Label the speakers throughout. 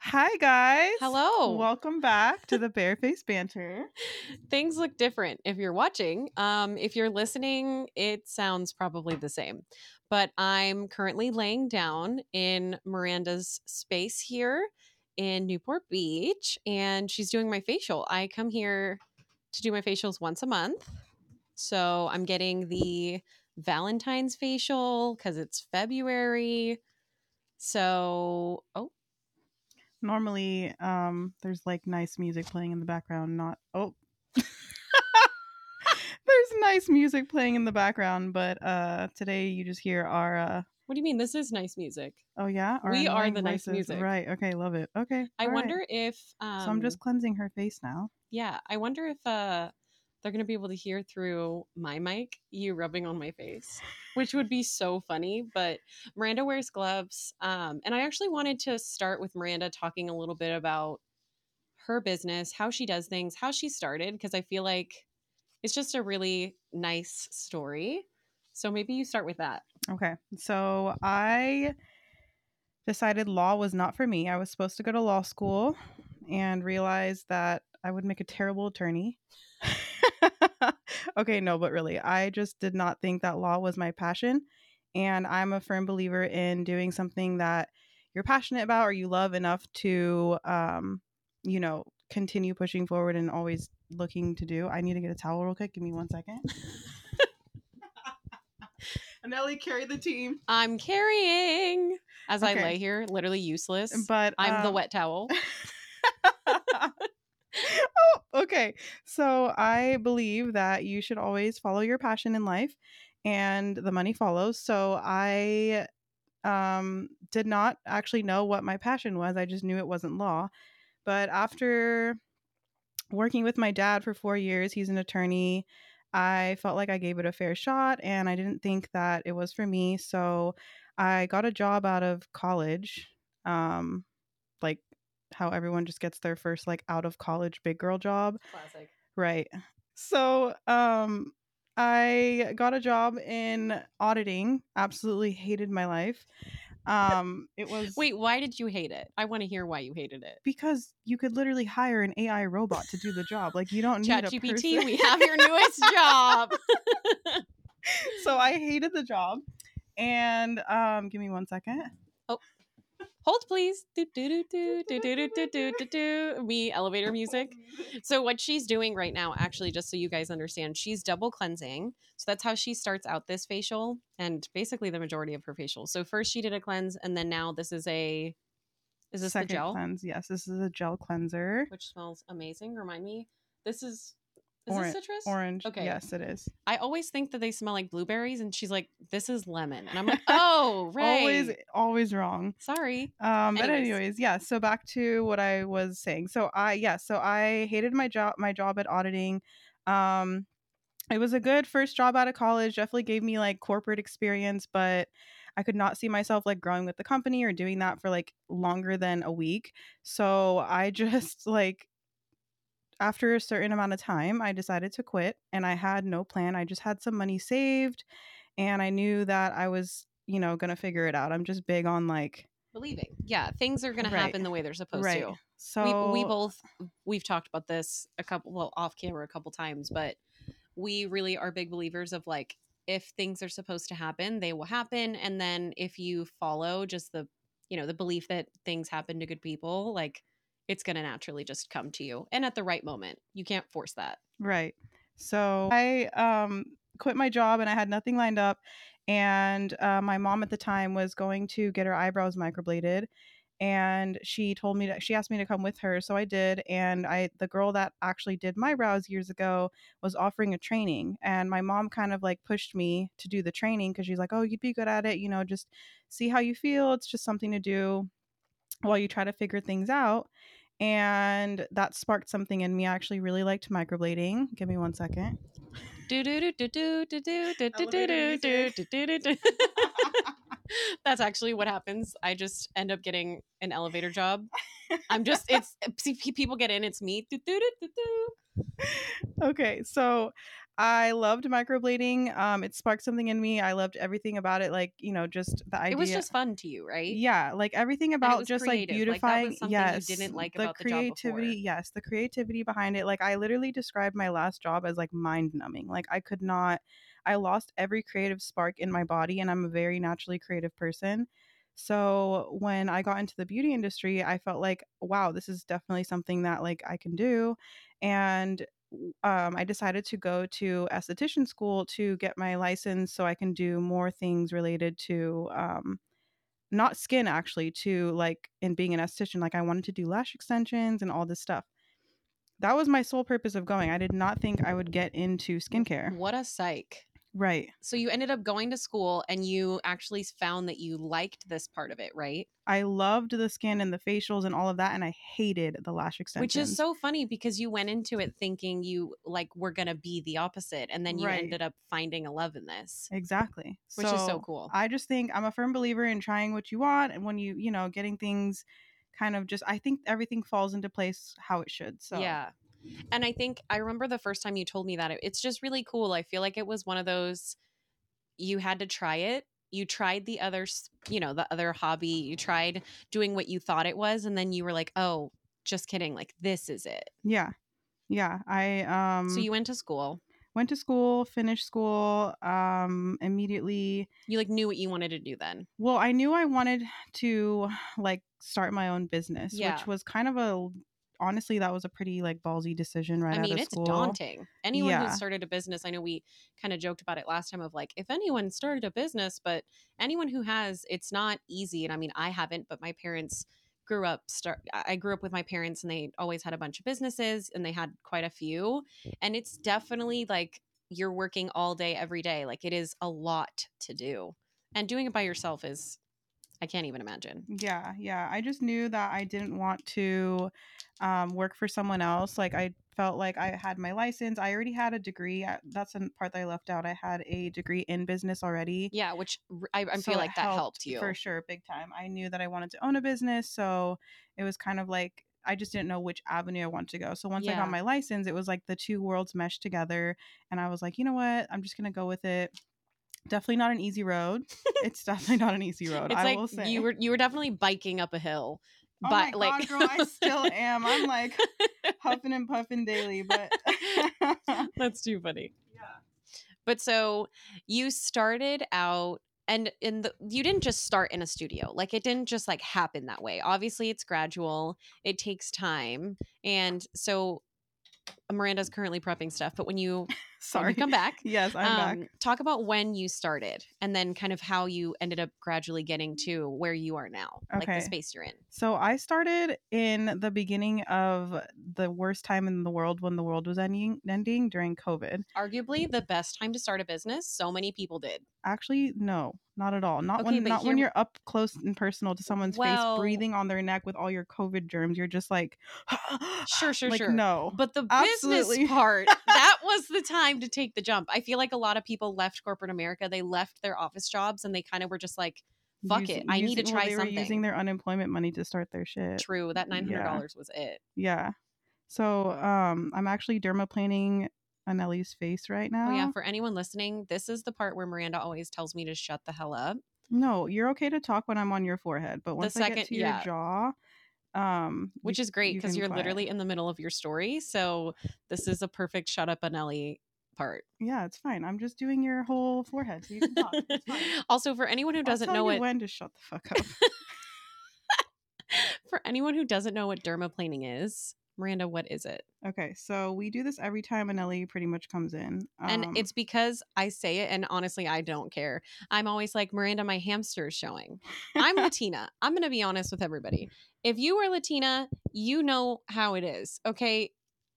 Speaker 1: Hi, guys.
Speaker 2: Hello.
Speaker 1: Welcome back to the Bareface Banter.
Speaker 2: Things look different if you're watching. Um, if you're listening, it sounds probably the same. But I'm currently laying down in Miranda's space here in Newport Beach, and she's doing my facial. I come here to do my facials once a month. So I'm getting the Valentine's facial because it's February. So, oh,
Speaker 1: Normally, um, there's like nice music playing in the background, not oh. there's nice music playing in the background, but uh today you just hear our uh
Speaker 2: what do you mean? This is nice music.
Speaker 1: oh yeah, our
Speaker 2: We are
Speaker 1: annoying
Speaker 2: the nice music.
Speaker 1: Right. Okay, love it. Okay.
Speaker 2: I
Speaker 1: all right.
Speaker 2: wonder if. Um,
Speaker 1: so I'm just cleansing her face now.
Speaker 2: Yeah, I wonder if uh they're going to be able to hear through my mic you rubbing on my face, which would be so funny, but Miranda wears gloves. Um and I actually wanted to start with Miranda talking a little bit about her business, how she does things, how she started because I feel like it's just a really nice story. So maybe you start with that.
Speaker 1: Okay. So I decided law was not for me. I was supposed to go to law school and realized that I would make a terrible attorney. okay, no, but really, I just did not think that law was my passion. And I'm a firm believer in doing something that you're passionate about or you love enough to, um, you know, continue pushing forward and always looking to do. I need to get a towel real quick. Give me one second. and Ellie carried the team.
Speaker 2: I'm carrying as
Speaker 1: Okay.
Speaker 2: I lay here literally useless.
Speaker 1: but
Speaker 2: I'm the
Speaker 1: um,
Speaker 2: wet towel.
Speaker 1: oh, okay. So I believe that you should always follow your passion in life and the money follows. So I um did not actually know what my passion was. I just knew it wasn't law. But after working with my dad for 4 years, he's an attorney. I felt like I gave it a fair shot and I didn't think that it was for me. So I got a job out of college. Um like how everyone just gets their first like out of college big girl job.
Speaker 2: Classic.
Speaker 1: Right. So, um I got a job in auditing. Absolutely hated my life. Um it was
Speaker 2: Wait, why did you hate it? I want to hear why you hated it.
Speaker 1: because you could literally hire an AI robot to do the job. Like you don't need a
Speaker 2: ChatGPT,
Speaker 1: person.
Speaker 2: we have your newest job.
Speaker 1: so I hated the job. And um give me one second.
Speaker 2: Hold please. Do do do do do do do do do do do. We elevator music. So what she's doing right now, actually, just so you guys understand, she's double cleansing. So that's how she starts out this facial and basically the majority of her facial. So first she did a cleanse, and then now this is a is this
Speaker 1: Second
Speaker 2: the gel?
Speaker 1: cleanse. Yes, this is a gel cleanser.
Speaker 2: Which smells amazing. Remind me. This is is
Speaker 1: Oran-
Speaker 2: this citrus?
Speaker 1: Orange.
Speaker 2: Okay.
Speaker 1: Yes, it is.
Speaker 2: I always think that they smell like blueberries, and she's like, "This is lemon," and I'm like, "Oh, right."
Speaker 1: Always always wrong.
Speaker 2: Sorry.
Speaker 1: Um, but
Speaker 2: Anyways.
Speaker 1: anyways, yeah. So back to what I was saying. So I yeah. So I hated my job. My job at auditing. Um, it was a good first job out of college. Definitely gave me like corporate experience, but I could not see myself like growing with the company or doing that for like longer than a week. So I just like after a certain amount of time, I decided to quit and I had no plan. I just had some money saved and I knew that I was, you know, going to figure it out. I'm just big on like
Speaker 2: Believing. Yeah, things are going to
Speaker 1: Right.
Speaker 2: happen the way they're supposed to.
Speaker 1: So
Speaker 2: we, we both we've talked about this a couple well off camera a couple times, but we really are big believers of like if things are supposed to happen, they will happen, and then if you follow just the you know the belief that things happen to good people, like it's going to naturally just come to you and at the right moment. You can't force that.
Speaker 1: right. So I um quit my job and I had nothing lined up, and uh, my mom at the time was going to get her eyebrows microbladed, and she told me that she asked me to come with her, so I did. And I the girl that actually did my brows years ago was offering a training, and my mom kind of like pushed me to do the training because she's like, "Oh, you'd be good at it, you know, just see how you feel. It's just something to do while you try to figure things out." and that sparked something in me. I actually really liked microblading. Give me one second.
Speaker 2: Do do do do do do do do do do
Speaker 1: Elevator
Speaker 2: do do
Speaker 1: music.
Speaker 2: do do do. That's actually what happens. I just end up getting an elevator job. I'm just it's see, pe- people get in. It's me. Do do do do do.
Speaker 1: Okay, so I loved microblading. Um, it sparked something in me. I loved everything about it. Like you know, just the idea.
Speaker 2: It was just fun to you, right?
Speaker 1: yeah, like everything
Speaker 2: it
Speaker 1: about
Speaker 2: was
Speaker 1: just
Speaker 2: creative.
Speaker 1: like
Speaker 2: Like, that was
Speaker 1: beautifying.
Speaker 2: something you
Speaker 1: yes,
Speaker 2: didn't like
Speaker 1: the
Speaker 2: about the job before.
Speaker 1: creativity. yes, the creativity behind it. Like I literally described my last job as like mind numbing. Like I could not. I lost every creative spark in my body, and I'm a very naturally creative person. So when I got into the beauty industry, I felt like, wow, this is definitely something that like I can do, and w- um, I decided to go to esthetician school to get my license so I can do more things related to um, not skin actually to like in being an esthetician. Like I wanted to do lash extensions and all this stuff. That was my sole purpose of going. I did not think I would get into skincare.
Speaker 2: What a psych.
Speaker 1: Right.
Speaker 2: So you ended up going to school and you actually found that you liked this part of it, right?
Speaker 1: I loved the skin and the facials and all of that, and I hated the lash extensions.
Speaker 2: Which is so funny because you went into it thinking you like were going to be the opposite and then you
Speaker 1: Right.
Speaker 2: ended up finding a love in this,
Speaker 1: exactly,
Speaker 2: which is so cool.
Speaker 1: I just think I'm a firm believer in trying what you want and when you, you know, getting things kind of just I think everything falls into place how it should. So
Speaker 2: Yeah. And I think I remember the first time you told me that. It- It's just really cool. I feel like it was one of those you had to try it. You tried the other, s- you know, the other hobby. You tried doing what you thought it was and then you were like, "Oh, just kidding. Like this is it."
Speaker 1: Yeah. Yeah. I um
Speaker 2: so you went to school.
Speaker 1: went to school, finished school, um immediately
Speaker 2: You like knew what you wanted to do then.
Speaker 1: well, I knew I wanted to like start my own business,
Speaker 2: Yeah.
Speaker 1: which was kind of a honestly that was a pretty like ballsy decision right
Speaker 2: I
Speaker 1: out
Speaker 2: mean,
Speaker 1: of
Speaker 2: it's
Speaker 1: school.
Speaker 2: daunting. Anyone who
Speaker 1: Yeah.
Speaker 2: started a business, I know we kind of joked about it last time of like, if anyone started a business, but anyone who has, it's not easy. And I mean, I haven't, but my parents grew up start I I grew up with my parents and they always had a bunch of businesses and they had quite a few. And it's definitely like you're working all day every day. Like it is a lot to do. And doing it by yourself is I can't even imagine.
Speaker 1: Yeah, yeah. I just knew that I didn't want to um, work for someone else. Like I felt like I had my license. I already had a degree. I- That's the part that I left out. I had a degree in business already.
Speaker 2: Yeah, which r- I, I
Speaker 1: So
Speaker 2: feel like
Speaker 1: it
Speaker 2: that helped you.
Speaker 1: for sure, big time. I knew that I wanted to own a business, so it was kind of like I just didn't know which avenue I wanted to go. So once I
Speaker 2: Yeah.
Speaker 1: got my license, it was like the two worlds meshed together, and I was like, you know what? I'm just gonna go with it. Definitely not an easy road. it's definitely not an easy road.
Speaker 2: It's
Speaker 1: I
Speaker 2: like
Speaker 1: will say
Speaker 2: you were you were definitely biking up a hill.
Speaker 1: Oh
Speaker 2: but
Speaker 1: my god,
Speaker 2: like
Speaker 1: girl, I still am. I'm like huffing and puffing daily, but
Speaker 2: That's too funny. But so you started out and in the you didn't just start in a studio. Like it didn't just like happen that way. Obviously it's gradual. It takes time. And so Miranda's currently prepping stuff, but when you, when
Speaker 1: sorry.
Speaker 2: you come Um, back,
Speaker 1: Yes, I'm back.
Speaker 2: talk about when you started and then kind of how you ended up gradually getting to where you are now, like
Speaker 1: Okay.
Speaker 2: the space you're in.
Speaker 1: So I started in the beginning of the worst time in the world when the world was ending, ending during COVID.
Speaker 2: arguably the best time to start a business. So many people did.
Speaker 1: Actually, no, not at all. Not
Speaker 2: Okay,
Speaker 1: when
Speaker 2: but
Speaker 1: not when
Speaker 2: here-
Speaker 1: you're up close and personal to someone's
Speaker 2: Well-
Speaker 1: face, breathing on their neck with all your COVID germs. You're just like,
Speaker 2: Sure, sure,
Speaker 1: like,
Speaker 2: sure.
Speaker 1: No,
Speaker 2: But the
Speaker 1: Absolutely.
Speaker 2: business part, that was the time to take the jump. I feel like a lot of people left corporate America. They left their office jobs and they kind of were just like, fuck it, I need to
Speaker 1: well,
Speaker 2: try
Speaker 1: they Were using
Speaker 2: something.
Speaker 1: their unemployment money to start their shit.
Speaker 2: true, that $900 was it.
Speaker 1: Yeah. So um I'm actually dermaplaning Anneli's face right now.
Speaker 2: Oh, yeah. For anyone listening, this is the part where Miranda always tells me to shut the hell up.
Speaker 1: No, you're okay to talk when I'm on your forehead, but once I
Speaker 2: second-
Speaker 1: get to your
Speaker 2: yeah.
Speaker 1: jaw, um you-
Speaker 2: which is great
Speaker 1: you
Speaker 2: because
Speaker 1: can
Speaker 2: you're
Speaker 1: quiet.
Speaker 2: literally in the middle of your story. So this is a perfect shut up, Anelli part.
Speaker 1: Yeah, it's fine. I'm just doing your whole forehead so you can talk. It's fine.
Speaker 2: also, for anyone who
Speaker 1: I'll
Speaker 2: doesn't
Speaker 1: tell
Speaker 2: know
Speaker 1: you
Speaker 2: what
Speaker 1: when to shut the fuck up.
Speaker 2: For anyone who doesn't know what dermaplaning is, Miranda, what is it?
Speaker 1: okay, so we do this every time Anneli pretty much comes in.
Speaker 2: and
Speaker 1: Um,
Speaker 2: it's because I say it, and honestly, I don't care. I'm always like, Miranda, my hamster is showing. I'm Latina. I'm going to be honest with everybody. If you are Latina, you know how it is, okay?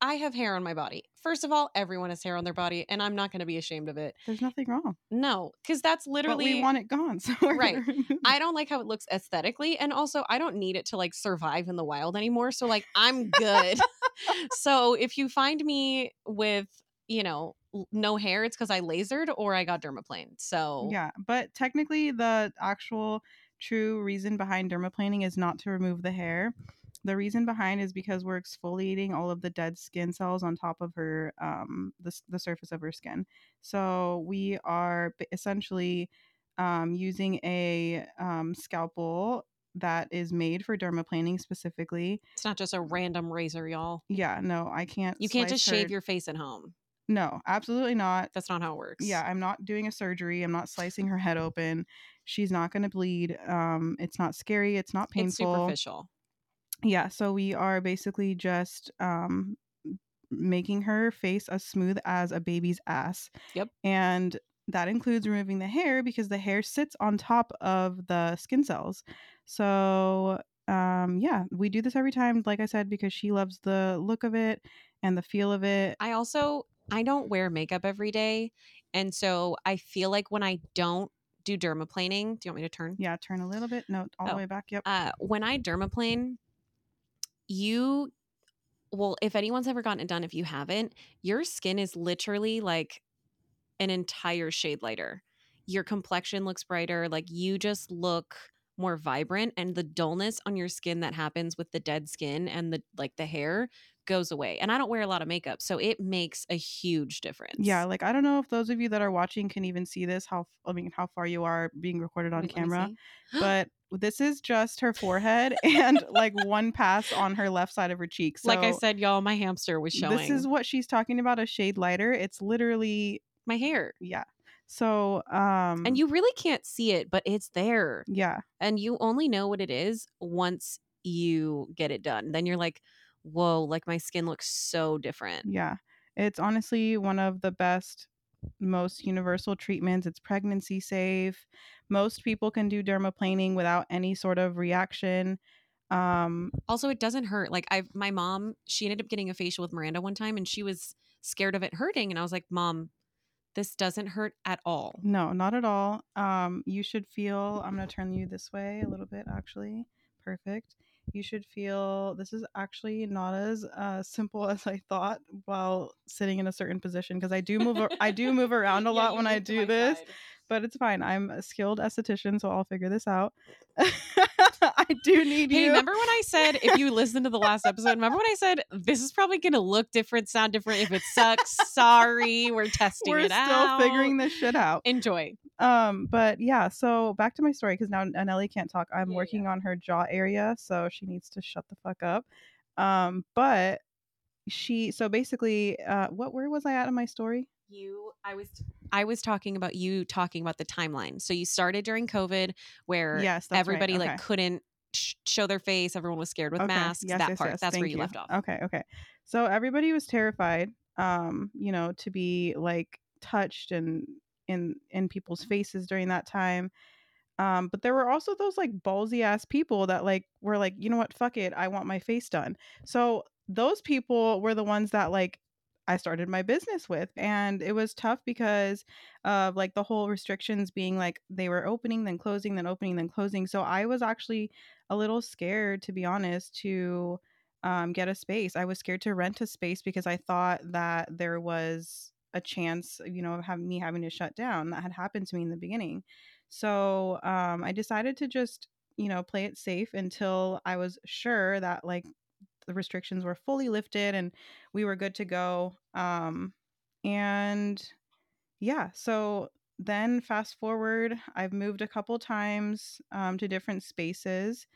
Speaker 2: I have hair on my body. First of all, everyone has hair on their body, and I'm not going to be ashamed of it.
Speaker 1: there's nothing wrong.
Speaker 2: No, because that's
Speaker 1: but
Speaker 2: literally.
Speaker 1: we want it gone. So we're
Speaker 2: Right.
Speaker 1: gonna remove it.
Speaker 2: I don't like how it looks aesthetically. And also, I don't need it to like survive in the wild anymore. So, like, I'm good. so, if you find me with, you know, l- no hair, it's because I lasered or I got dermaplane. So,
Speaker 1: Yeah, but technically, the actual true reason behind dermaplaning is not to remove the hair. The reason behind is because we're exfoliating all of the dead skin cells on top of her, um, the, s- the surface of her skin. So we are b- essentially um, using a um, scalpel that is made for dermaplaning specifically.
Speaker 2: It's not just a random razor, y'all.
Speaker 1: Yeah, no, I can't.
Speaker 2: You can't just
Speaker 1: slice her-
Speaker 2: shave your face at home.
Speaker 1: No, absolutely not.
Speaker 2: That's not how it works.
Speaker 1: Yeah, I'm not doing a surgery. I'm not slicing her head open. She's not going to bleed. Um, it's not scary. It's not
Speaker 2: It's
Speaker 1: painful.
Speaker 2: superficial.
Speaker 1: yeah, so we are basically just um, making her face as smooth as a baby's ass.
Speaker 2: Yep.
Speaker 1: And that includes removing the hair because the hair sits on top of the skin cells. So, um, yeah, we do this every time, like I said, because she loves the look of it and the feel of it.
Speaker 2: I also I don't wear makeup every day, and so I feel like when I don't do dermaplaning, do you want me to turn?
Speaker 1: Yeah, turn a little bit. No, all the
Speaker 2: Oh.
Speaker 1: way back. Yep.
Speaker 2: Uh, when I dermaplane, you well, if anyone's ever gotten it done, if you haven't, your skin is literally like an entire shade lighter. Your complexion looks brighter. Like you just look more vibrant and the dullness on your skin that happens with the dead skin and the like the hair goes away. And I don't wear a lot of makeup, so it makes a huge difference.
Speaker 1: Yeah, like I don't know if those of you that are watching can even see this. How I mean, how far you are being recorded on
Speaker 2: Wait, let me
Speaker 1: camera,
Speaker 2: see.
Speaker 1: but this is just her forehead and like one pass on her left side of her cheek. So
Speaker 2: like I said, y'all, my hamster was showing
Speaker 1: this is what she's talking about a shade lighter. It's literally
Speaker 2: my hair.
Speaker 1: yeah. So um
Speaker 2: And you really can't see it, but it's there.
Speaker 1: yeah
Speaker 2: And you only know what it is once you get it done. Then you're like, whoa, like my skin looks so different.
Speaker 1: yeah. It's honestly one of the best, most universal treatments. It's pregnancy safe. Most people can do dermaplaning without any sort of reaction. Um,
Speaker 2: Also, it doesn't hurt. Like I've my mom, she ended up getting a facial with Miranda one time and she was scared of it hurting. And I was like, Mom, this doesn't hurt at all.
Speaker 1: No, not at all. Um, you should feel. I'm gonna turn you this way a little bit, actually. Perfect. You should feel. This is actually not as uh, simple as I thought while sitting in a certain position because I do move. ar- I do move around a
Speaker 2: Yeah,
Speaker 1: lot
Speaker 2: you
Speaker 1: when I
Speaker 2: moved to
Speaker 1: do
Speaker 2: my
Speaker 1: this,
Speaker 2: side.
Speaker 1: but it's fine. I'm a skilled esthetician, so I'll figure this out. I do need
Speaker 2: Hey,
Speaker 1: you.
Speaker 2: remember when I said if you listen to the last episode, remember when I said this is probably gonna look different, sound different. If it sucks, sorry, we're testing
Speaker 1: We're
Speaker 2: it
Speaker 1: still
Speaker 2: out.
Speaker 1: figuring this shit out.
Speaker 2: Enjoy.
Speaker 1: Um, but yeah, so back to my story because now Nelly can't talk. I'm
Speaker 2: Yeah, yeah,
Speaker 1: working on her jaw area, so she needs to shut the fuck up. Um, but she so basically, uh, what where was I at in my story?
Speaker 2: You, I was, I was talking about you talking about the timeline. So you started during COVID, where
Speaker 1: yes, that's right,
Speaker 2: everybody
Speaker 1: okay.
Speaker 2: like couldn't sh- show their face. Everyone was scared with masks. that part. That's where
Speaker 1: thank Um
Speaker 2: you, left off.
Speaker 1: Okay, okay. So everybody was terrified, um, you know, to be like touched and in in people's faces during that time. Um, but there were also those like ballsy ass people that like were like, you know what, fuck it, I want my face done. So those people were the ones that like I started my business with, and it was tough because of like the whole restrictions being like they were opening, then closing, then opening, then closing. So I was actually a little scared to be honest to um, get a space i was scared to rent a space because i thought that there was a chance you know of having me having to shut down that had happened to me in the beginning so um, i decided to just you know play it safe until i was sure that like the restrictions were fully lifted and we were good to go um, and yeah so then fast forward i've moved a couple times um, to different spaces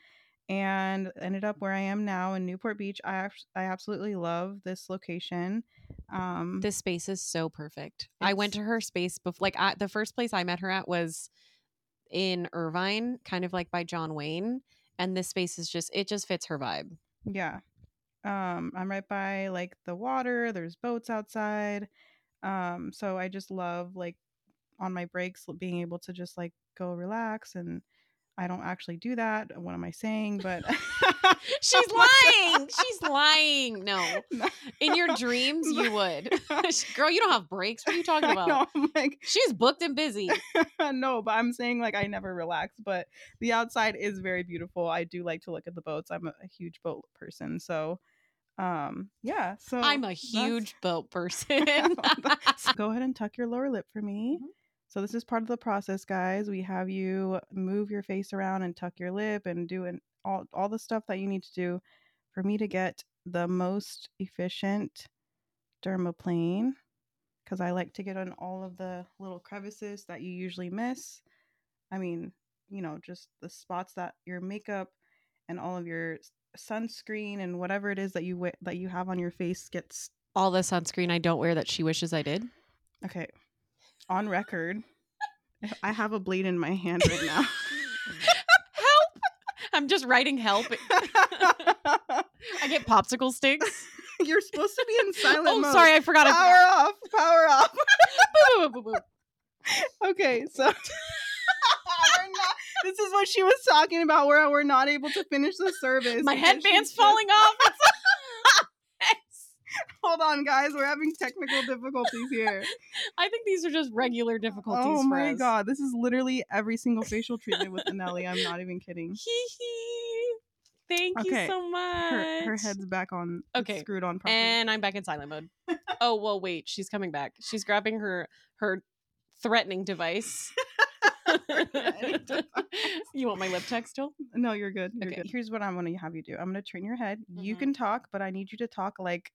Speaker 1: and ended up where i am now in newport beach i, abs- I absolutely love this location um,
Speaker 2: This space is so perfect. I went
Speaker 1: It's-
Speaker 2: to her space before. Like I, the first place I met her at was in Irvine, kind of like by John Wayne. And this space is just it just fits her vibe.
Speaker 1: yeah um, i'm right by like the water there's boats outside um, so i just love like on my breaks l- being able to just like go relax and i don't actually do that uh, what am i saying but
Speaker 2: She's lying. She's lying. No,
Speaker 1: No.
Speaker 2: in your dreams you would. Girl, you don't have breaks. What are you talking
Speaker 1: I
Speaker 2: about?
Speaker 1: know, I'm like
Speaker 2: She's booked and busy.
Speaker 1: no, but I'm saying like I never relax, but the outside is very beautiful. I do like to look at the boats. I'm a, a huge boat person, so um yeah, so
Speaker 2: I'm a
Speaker 1: that's- Oh,
Speaker 2: huge boat person.
Speaker 1: So go ahead and tuck your lower lip for me.
Speaker 2: Mhm.
Speaker 1: So this is part of the process, guys. We have you move your face around and tuck your lip and do an, all all the stuff that you need to do for me to get the most efficient dermaplane because I like to get on all of the little crevices that you usually miss. I mean, you know, just the spots that your makeup and all of your s- sunscreen and whatever it is that you wi- that you have on your face gets
Speaker 2: All the sunscreen I don't wear that she wishes I did.
Speaker 1: okay on record. I have a blade in my hand right now.
Speaker 2: help! I'm just writing help. I get popsicle sticks.
Speaker 1: You're supposed to be in silent
Speaker 2: oh,
Speaker 1: mode.
Speaker 2: sorry, I forgot.
Speaker 1: Power
Speaker 2: I
Speaker 1: off. Power off.
Speaker 2: forgot. Boop, boop, boop, boop, boop.
Speaker 1: Okay, so We're not- this is what she was talking about, where we're not able to finish the service. because
Speaker 2: My
Speaker 1: she
Speaker 2: headband's
Speaker 1: just-
Speaker 2: falling off. It's-
Speaker 1: Hold on, guys, we're having technical difficulties here.
Speaker 2: I think these are just regular difficulties.
Speaker 1: oh
Speaker 2: for
Speaker 1: my
Speaker 2: us.
Speaker 1: god, this is literally every single facial treatment with Anelli. I'm not even kidding.
Speaker 2: Hee hee. Thank
Speaker 1: Okay,
Speaker 2: you so much.
Speaker 1: Her, her head's back on. it's
Speaker 2: Okay,
Speaker 1: screwed on. Properly.
Speaker 2: and I'm back in silent mode. oh well, wait, she's coming back. She's grabbing her her threatening device.
Speaker 1: Threatening device.
Speaker 2: you want my lip textile?
Speaker 1: no, you're good. You're
Speaker 2: Okay.
Speaker 1: good. Mm-hmm. Here's what I'm going to have you do. I'm going to turn your head. You
Speaker 2: Mhm.
Speaker 1: can talk, but I need you to talk like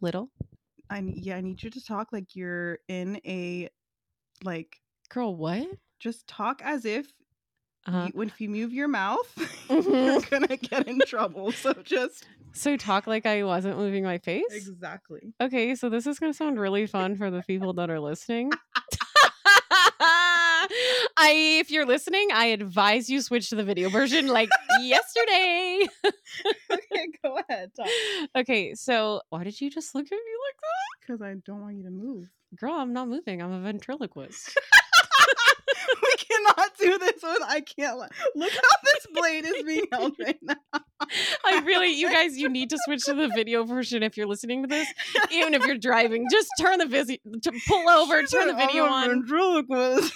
Speaker 2: Little
Speaker 1: I ne- yeah, I need you to talk like you're in a like
Speaker 2: girl, what?
Speaker 1: just talk as if
Speaker 2: Uh-huh.
Speaker 1: you- when if you move your mouth, you're
Speaker 2: Mhm.
Speaker 1: gonna get in trouble. So just
Speaker 2: So talk like I wasn't moving my face.
Speaker 1: exactly.
Speaker 2: Okay, so this is going to sound really fun for the people that are listening. I if you're listening, I advise you switch to the video version like yesterday.
Speaker 1: Okay, go ahead. Talk.
Speaker 2: Okay, so why did you just look at me like
Speaker 1: Because I don't want you to move.
Speaker 2: that? Girl, I'm not moving. I'm a ventriloquist.
Speaker 1: we cannot do this one. I can't. Let, look how this blade is being held right now.
Speaker 2: I really you guys you need to switch to the video version if you're listening to this, even if you're driving. Just turn the visi- to pull over,
Speaker 1: She's
Speaker 2: turn the
Speaker 1: an
Speaker 2: video
Speaker 1: utter
Speaker 2: on.
Speaker 1: Ventriloquist.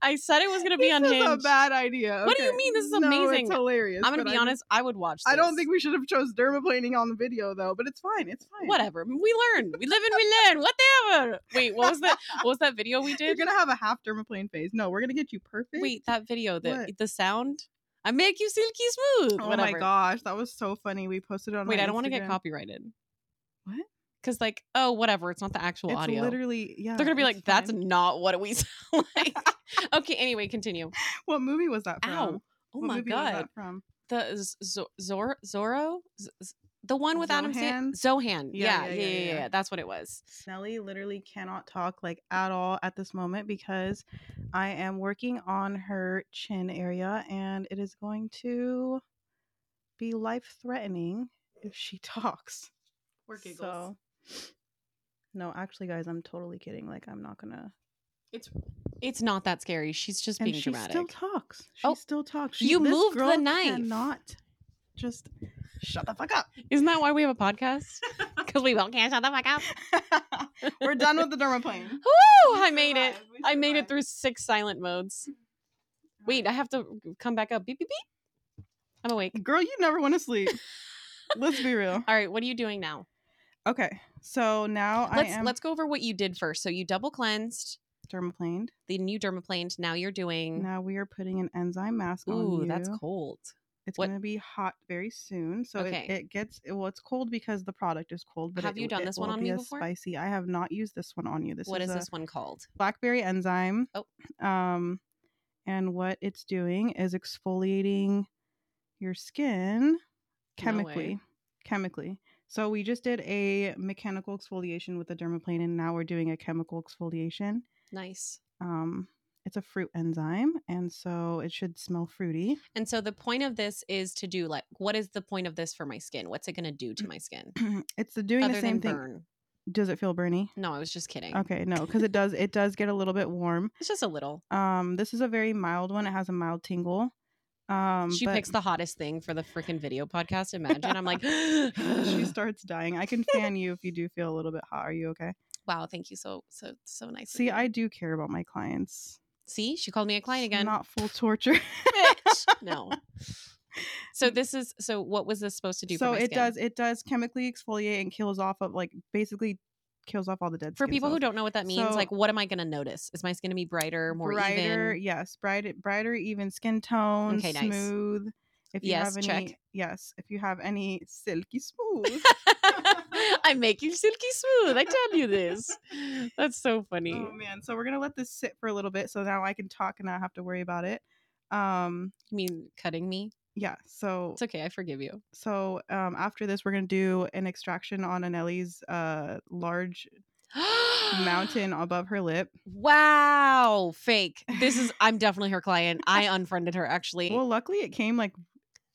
Speaker 2: I said it was going to be
Speaker 1: this is a
Speaker 2: unhinged.
Speaker 1: bad idea.
Speaker 2: What do you
Speaker 1: okay.
Speaker 2: mean? This is
Speaker 1: No, it's
Speaker 2: amazing.
Speaker 1: hilarious.
Speaker 2: I'm going
Speaker 1: but
Speaker 2: to be
Speaker 1: I-
Speaker 2: honest, I would watch this.
Speaker 1: I don't think we should have chose dermaplaning on the video though, but it's fine. It's fine.
Speaker 2: whatever. We learn. We live and we learn. Whatever. Wait, what was that? What was that video we
Speaker 1: You're
Speaker 2: did?
Speaker 1: gonna have a half dermaplane phase. No, we're gonna get you perfect.
Speaker 2: Wait, that video that
Speaker 1: What?
Speaker 2: the sound. I make you silky smooth.
Speaker 1: Oh
Speaker 2: whatever.
Speaker 1: my gosh, that was so funny. We posted it on.
Speaker 2: Wait,
Speaker 1: my
Speaker 2: I don't want to get
Speaker 1: Instagram.
Speaker 2: copyrighted.
Speaker 1: What?
Speaker 2: Because like, oh, whatever. It's not the actual
Speaker 1: It's
Speaker 2: audio.
Speaker 1: literally yeah.
Speaker 2: They're gonna be
Speaker 1: it's
Speaker 2: like, Oh, that's
Speaker 1: fine.
Speaker 2: not what we sound like. okay. Anyway, continue.
Speaker 1: what movie was that from?
Speaker 2: Ow. Oh
Speaker 1: What
Speaker 2: my
Speaker 1: movie was
Speaker 2: god.
Speaker 1: that from?
Speaker 2: The Z- Z- Zor- Zorro. Z- Z- the one with Adam Sand. Zohan. Yeah yeah yeah, yeah, yeah. That's what it was.
Speaker 1: Snelly literally cannot talk like at all at this moment because I am working on her chin area and it is going to be life threatening if she talks.
Speaker 2: Or giggles.
Speaker 1: So, no, actually, guys, I'm totally kidding. Like, I'm not gonna.
Speaker 2: It's it's not that scary. She's just
Speaker 1: And
Speaker 2: being
Speaker 1: she
Speaker 2: dramatic.
Speaker 1: still talks. She
Speaker 2: Oh,
Speaker 1: still talks. She,
Speaker 2: you
Speaker 1: this
Speaker 2: moved the
Speaker 1: girl
Speaker 2: knife.
Speaker 1: Cannot just shut the fuck
Speaker 2: Isn't that why we have a podcast? Because we both can't shut the fuck up.
Speaker 1: up. We're done with the dermaplane.
Speaker 2: Woo!
Speaker 1: We
Speaker 2: Oh, I made it.
Speaker 1: survived. We
Speaker 2: I made
Speaker 1: survived.
Speaker 2: it through six silent modes.
Speaker 1: Mm.
Speaker 2: Wait, I have to come back up. Beep beep beep. I'm awake.
Speaker 1: girl, you never want to sleep. Let's be real.
Speaker 2: All right, what are you doing now?
Speaker 1: Okay, so now
Speaker 2: Let's
Speaker 1: I am
Speaker 2: let's go over what you did first. So you double cleansed,
Speaker 1: dermaplaned.
Speaker 2: then you dermaplaned. Now you're doing.
Speaker 1: Now we are putting an enzyme mask on
Speaker 2: Mm. Ooh,
Speaker 1: you.
Speaker 2: that's cold.
Speaker 1: It's
Speaker 2: What-
Speaker 1: going to be hot very soon. So
Speaker 2: Okay.
Speaker 1: it, it gets it- well. It's cold because the product is cold. But
Speaker 2: Have
Speaker 1: it-
Speaker 2: you done
Speaker 1: it
Speaker 2: this one
Speaker 1: will
Speaker 2: on
Speaker 1: be
Speaker 2: me
Speaker 1: as
Speaker 2: before?
Speaker 1: Spicy. I have not used this one on you. This
Speaker 2: What
Speaker 1: is
Speaker 2: is
Speaker 1: a
Speaker 2: this one called?
Speaker 1: blackberry enzyme.
Speaker 2: Oh.
Speaker 1: Um, and what it's doing is exfoliating your skin chemically. chemically. So we just did a mechanical exfoliation with the dermaplane, and now we're doing a chemical exfoliation.
Speaker 2: Nice.
Speaker 1: Um, it's a fruit enzyme, and so it should smell fruity.
Speaker 2: And so the point of this is to do like, what is the point of this for my skin? What's it going to do to my skin?
Speaker 1: it's the Mm, doing
Speaker 2: Other
Speaker 1: the same
Speaker 2: than
Speaker 1: thing.
Speaker 2: burn.
Speaker 1: Does it feel burny?
Speaker 2: No, I was just kidding.
Speaker 1: Okay, no, because it does it does get a little bit warm.
Speaker 2: It's just a little.
Speaker 1: Um, this is a very mild one. It has a mild tingle. Um,
Speaker 2: she
Speaker 1: but
Speaker 2: picks the hottest thing for the freaking video podcast. Imagine. I'm like,
Speaker 1: she starts dying. I can fan you if you do feel a little bit hot. Are you okay?
Speaker 2: wow, thank you so, so, so nice.
Speaker 1: See, I do care about my clients.
Speaker 2: see, she called me a client
Speaker 1: It's
Speaker 2: again.
Speaker 1: Not full torture.
Speaker 2: Bitch. no. So this is, so what was this supposed to do
Speaker 1: so
Speaker 2: for my
Speaker 1: it
Speaker 2: skin?
Speaker 1: does it does chemically exfoliate and kills off of like basically kills off all the dead
Speaker 2: For
Speaker 1: skin
Speaker 2: people who
Speaker 1: cells.
Speaker 2: don't know what that means,
Speaker 1: So-
Speaker 2: like, what am I going to notice? Is my skin going to be brighter, more
Speaker 1: brighter
Speaker 2: even?
Speaker 1: yes brighter brighter even skin tone
Speaker 2: Okay, nice.
Speaker 1: smooth If you
Speaker 2: Yes,
Speaker 1: have
Speaker 2: check.
Speaker 1: any, yes, if you have any silky smooth.
Speaker 2: I make you silky smooth. I tell you this. That's so funny.
Speaker 1: oh man, so we're gonna let this sit for a little bit so now I can talk and not have to worry about it. Um,
Speaker 2: you mean cutting me?
Speaker 1: yeah. So
Speaker 2: It's okay. I forgive you.
Speaker 1: so um after this we're gonna do an extraction on Anelli's uh large mountain above her lip.
Speaker 2: Wow. Fake. This is, I'm definitely her client. I unfriended her actually.
Speaker 1: Well, luckily it came like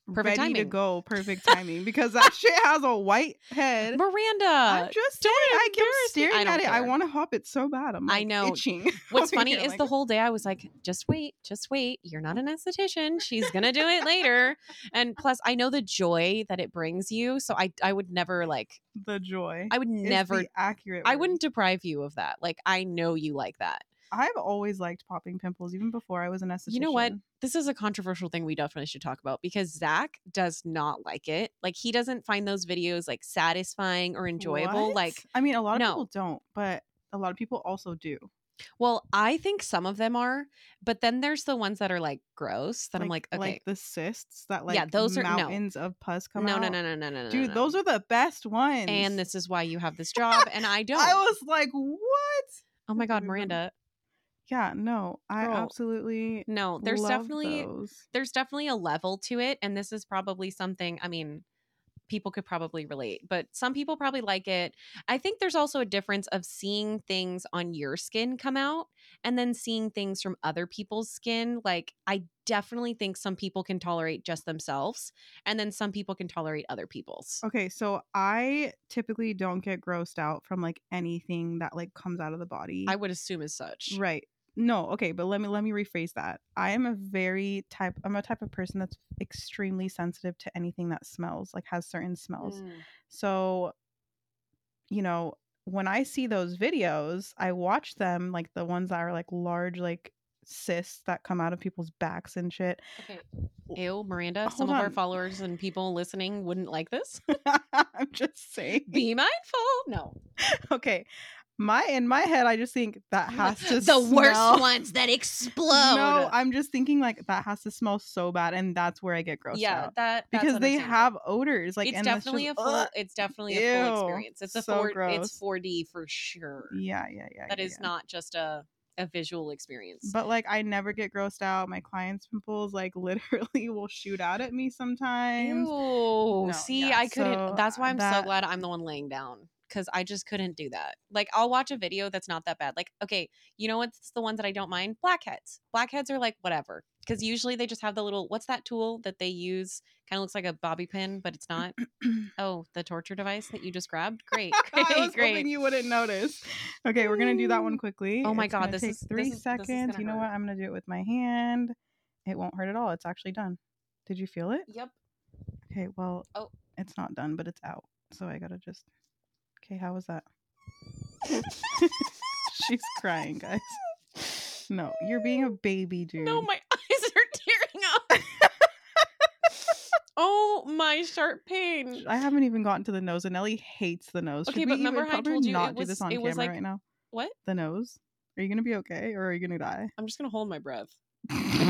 Speaker 2: Perfect
Speaker 1: ready
Speaker 2: timing.
Speaker 1: to go, perfect timing because that shit has a white head. I'm
Speaker 2: Miranda.
Speaker 1: just
Speaker 2: don't
Speaker 1: saying, I kept
Speaker 2: embarrass me.
Speaker 1: staring
Speaker 2: I don't
Speaker 1: at it. I
Speaker 2: care.
Speaker 1: want to hop it so bad. I'm
Speaker 2: I
Speaker 1: like,
Speaker 2: know.
Speaker 1: Itching.
Speaker 2: What's
Speaker 1: over
Speaker 2: funny
Speaker 1: here,
Speaker 2: is
Speaker 1: like-
Speaker 2: the whole day I was like, just wait, just wait. You're not an esthetician. She's going to do it later. And plus, I know the joy that it brings you. So I, I would never like,
Speaker 1: the joy.
Speaker 2: I would
Speaker 1: is
Speaker 2: never,
Speaker 1: the accurate.
Speaker 2: I
Speaker 1: word.
Speaker 2: wouldn't deprive you of that. Like, I know you like that.
Speaker 1: I've always liked popping pimples, even before I was an esthetician.
Speaker 2: You know what? this is a controversial thing we definitely should talk about because Zach does not like it. Like he doesn't find those videos like satisfying or enjoyable.
Speaker 1: What?
Speaker 2: Like,
Speaker 1: I mean, a lot of
Speaker 2: no.
Speaker 1: people don't, but a lot of people also do.
Speaker 2: well, I think some of them are, but then there's the ones that are like gross that I'm like, okay,
Speaker 1: like the cysts that like
Speaker 2: Yeah, those are- no.
Speaker 1: mountains of pus come
Speaker 2: no,
Speaker 1: out.
Speaker 2: no, no, no, no, no, no,
Speaker 1: dude,
Speaker 2: no.
Speaker 1: those are the best ones.
Speaker 2: And this is why you have this job, and I don't.
Speaker 1: I was like, what?
Speaker 2: oh my god,
Speaker 1: Mhm.
Speaker 2: Miranda!
Speaker 1: Yeah, no, I
Speaker 2: Girl,
Speaker 1: absolutely.
Speaker 2: No, there's
Speaker 1: love
Speaker 2: definitely
Speaker 1: those.
Speaker 2: there's definitely a level to it and this is probably something i mean people could probably relate but some people probably like it i think there's also a difference of seeing things on your skin come out and then seeing things from other people's skin like i definitely think some people can tolerate just themselves and then some people can tolerate other people's
Speaker 1: Okay, so I typically don't get grossed out from like anything that like comes out of the body.
Speaker 2: i would assume as such
Speaker 1: right. No, okay, but let me let me rephrase that. I am a very type I'm a type of person that's extremely sensitive to anything that smells, like has certain smells.
Speaker 2: Mm.
Speaker 1: So, you know, when I see those videos, I watch them like the ones that are like large like cysts that come out of people's backs and shit.
Speaker 2: okay ew miranda
Speaker 1: uh, Hold
Speaker 2: some of our
Speaker 1: on.
Speaker 2: followers and people listening wouldn't like this
Speaker 1: I'm just saying.
Speaker 2: be mindful no
Speaker 1: okay my in my head i just think that
Speaker 2: I'm like,
Speaker 1: has to
Speaker 2: the worst
Speaker 1: smell-
Speaker 2: ones that explode.
Speaker 1: no i'm just thinking like that has to smell so bad and that's where i get grossed
Speaker 2: yeah,
Speaker 1: out
Speaker 2: that that's
Speaker 1: because they
Speaker 2: understandable.
Speaker 1: have odors like
Speaker 2: it's
Speaker 1: and
Speaker 2: definitely
Speaker 1: just,
Speaker 2: a full.
Speaker 1: ugh.
Speaker 2: it's definitely a full
Speaker 1: Ew,
Speaker 2: experience. It's a
Speaker 1: so
Speaker 2: four.
Speaker 1: gross.
Speaker 2: It's 4D for sure.
Speaker 1: yeah yeah yeah
Speaker 2: That
Speaker 1: yeah,
Speaker 2: is
Speaker 1: yeah.
Speaker 2: not just a a visual experience.
Speaker 1: but like i never get grossed out my clients pimples like literally will shoot out at me sometimes
Speaker 2: Ew,
Speaker 1: No,
Speaker 2: see,
Speaker 1: yeah,
Speaker 2: I couldn't.
Speaker 1: so,
Speaker 2: that's why
Speaker 1: uh,
Speaker 2: I'm so
Speaker 1: that-
Speaker 2: glad I'm the one laying down because I just couldn't do that. Like, I'll watch a video that's not that bad. Like, okay, you know what's the ones that I don't mind? Blackheads. Blackheads are like whatever because usually they just have the little what's that tool that they use? Kind of looks like a bobby pin, but it's not. oh, the torture device that you just grabbed. Great, great,
Speaker 1: I was
Speaker 2: great.
Speaker 1: hoping you wouldn't notice. Okay, we're gonna do that one
Speaker 2: Mm.
Speaker 1: quickly.
Speaker 2: Oh my
Speaker 1: It's
Speaker 2: God,
Speaker 1: gonna
Speaker 2: this
Speaker 1: take
Speaker 2: is- this
Speaker 1: three
Speaker 2: is- this is
Speaker 1: seconds.
Speaker 2: gonna
Speaker 1: you know what?
Speaker 2: hurt.
Speaker 1: I'm gonna do it with my hand. It won't hurt at all. It's actually done. Did you feel it?
Speaker 2: Yep.
Speaker 1: Okay, well,
Speaker 2: Oh.
Speaker 1: it's not done, but it's out. So I gotta just. Okay, how was that? She's crying, guys. No, you're being a baby, dude.
Speaker 2: No, my eyes are tearing up. oh, my sharp pain.
Speaker 1: I haven't even gotten to the nose, and Ellie hates the nose.
Speaker 2: Okay,
Speaker 1: Should
Speaker 2: but
Speaker 1: we
Speaker 2: remember
Speaker 1: even
Speaker 2: how I
Speaker 1: probably
Speaker 2: told you it
Speaker 1: not
Speaker 2: was-
Speaker 1: do this on
Speaker 2: it
Speaker 1: camera
Speaker 2: was like-
Speaker 1: right now?
Speaker 2: What?
Speaker 1: The nose. Are you gonna be okay, or are you gonna die?
Speaker 2: I'm just gonna hold my breath. If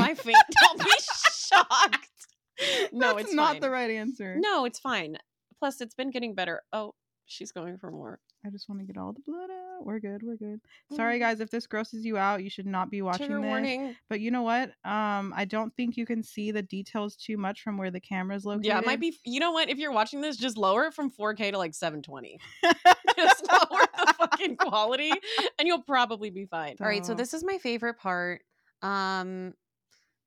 Speaker 2: I faint, don't be shocked. No,
Speaker 1: That's
Speaker 2: it's
Speaker 1: not
Speaker 2: fine.
Speaker 1: the right answer.
Speaker 2: No, it's fine. Plus, it's been getting better. Oh, she's going for more.
Speaker 1: I just want to get all the blood out. We're good. We're good. Sorry, guys, if this grosses you out, you should not be watching
Speaker 2: Trigger
Speaker 1: this.
Speaker 2: warning.
Speaker 1: But you know what? Um, I don't think you can see the details too much from where the camera's located.
Speaker 2: Yeah, it might be. You know what? If you're watching this, just lower it from 4K to like 720. just lower the fucking quality, and you'll probably be fine. All right. So
Speaker 1: So-
Speaker 2: this is my favorite part. Um,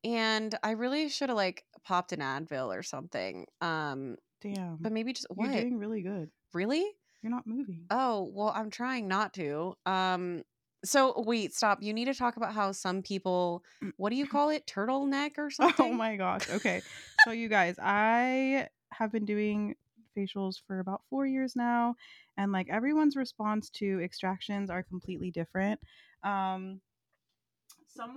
Speaker 2: and I really should have like popped an Advil or something. Um,
Speaker 1: Damn.
Speaker 2: but maybe just what?
Speaker 1: Mm. You're doing really good.
Speaker 2: really?
Speaker 1: You're not moving.
Speaker 2: Oh, well, I'm trying not to. Um so wait, stop. You need to talk about how some people what do you call it? Turtleneck or something?
Speaker 1: Mm. Oh my gosh. Okay. so you guys, I have been doing facials for about 4 years now and like everyone's response to extractions are completely different. Um someone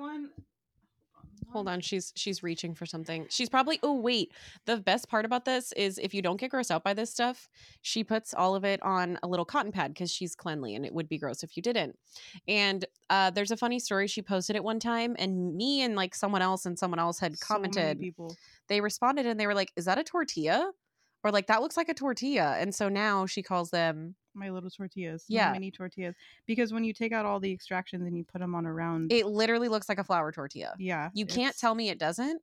Speaker 1: hold on
Speaker 2: Hold on, she's she's reaching for something. She's probably oh wait. The best part about this is if you don't get grossed out by this stuff, she puts all of it on a little cotton pad because she's cleanly and it would be gross if you didn't. And uh, there's a funny story she posted at one time, and me and like someone else and someone else had
Speaker 1: So many
Speaker 2: commented.
Speaker 1: people.
Speaker 2: they responded and they were like, "Is that a tortilla?" Or like that looks like a tortilla. And so now she calls them.
Speaker 1: My little tortillas.
Speaker 2: Yeah.
Speaker 1: Yeah. Mini tortillas. Because when you take out all the extractions and you put them on a round.
Speaker 2: It literally looks like a flour tortilla.
Speaker 1: yeah.
Speaker 2: You can't
Speaker 1: it's-
Speaker 2: tell me it doesn't.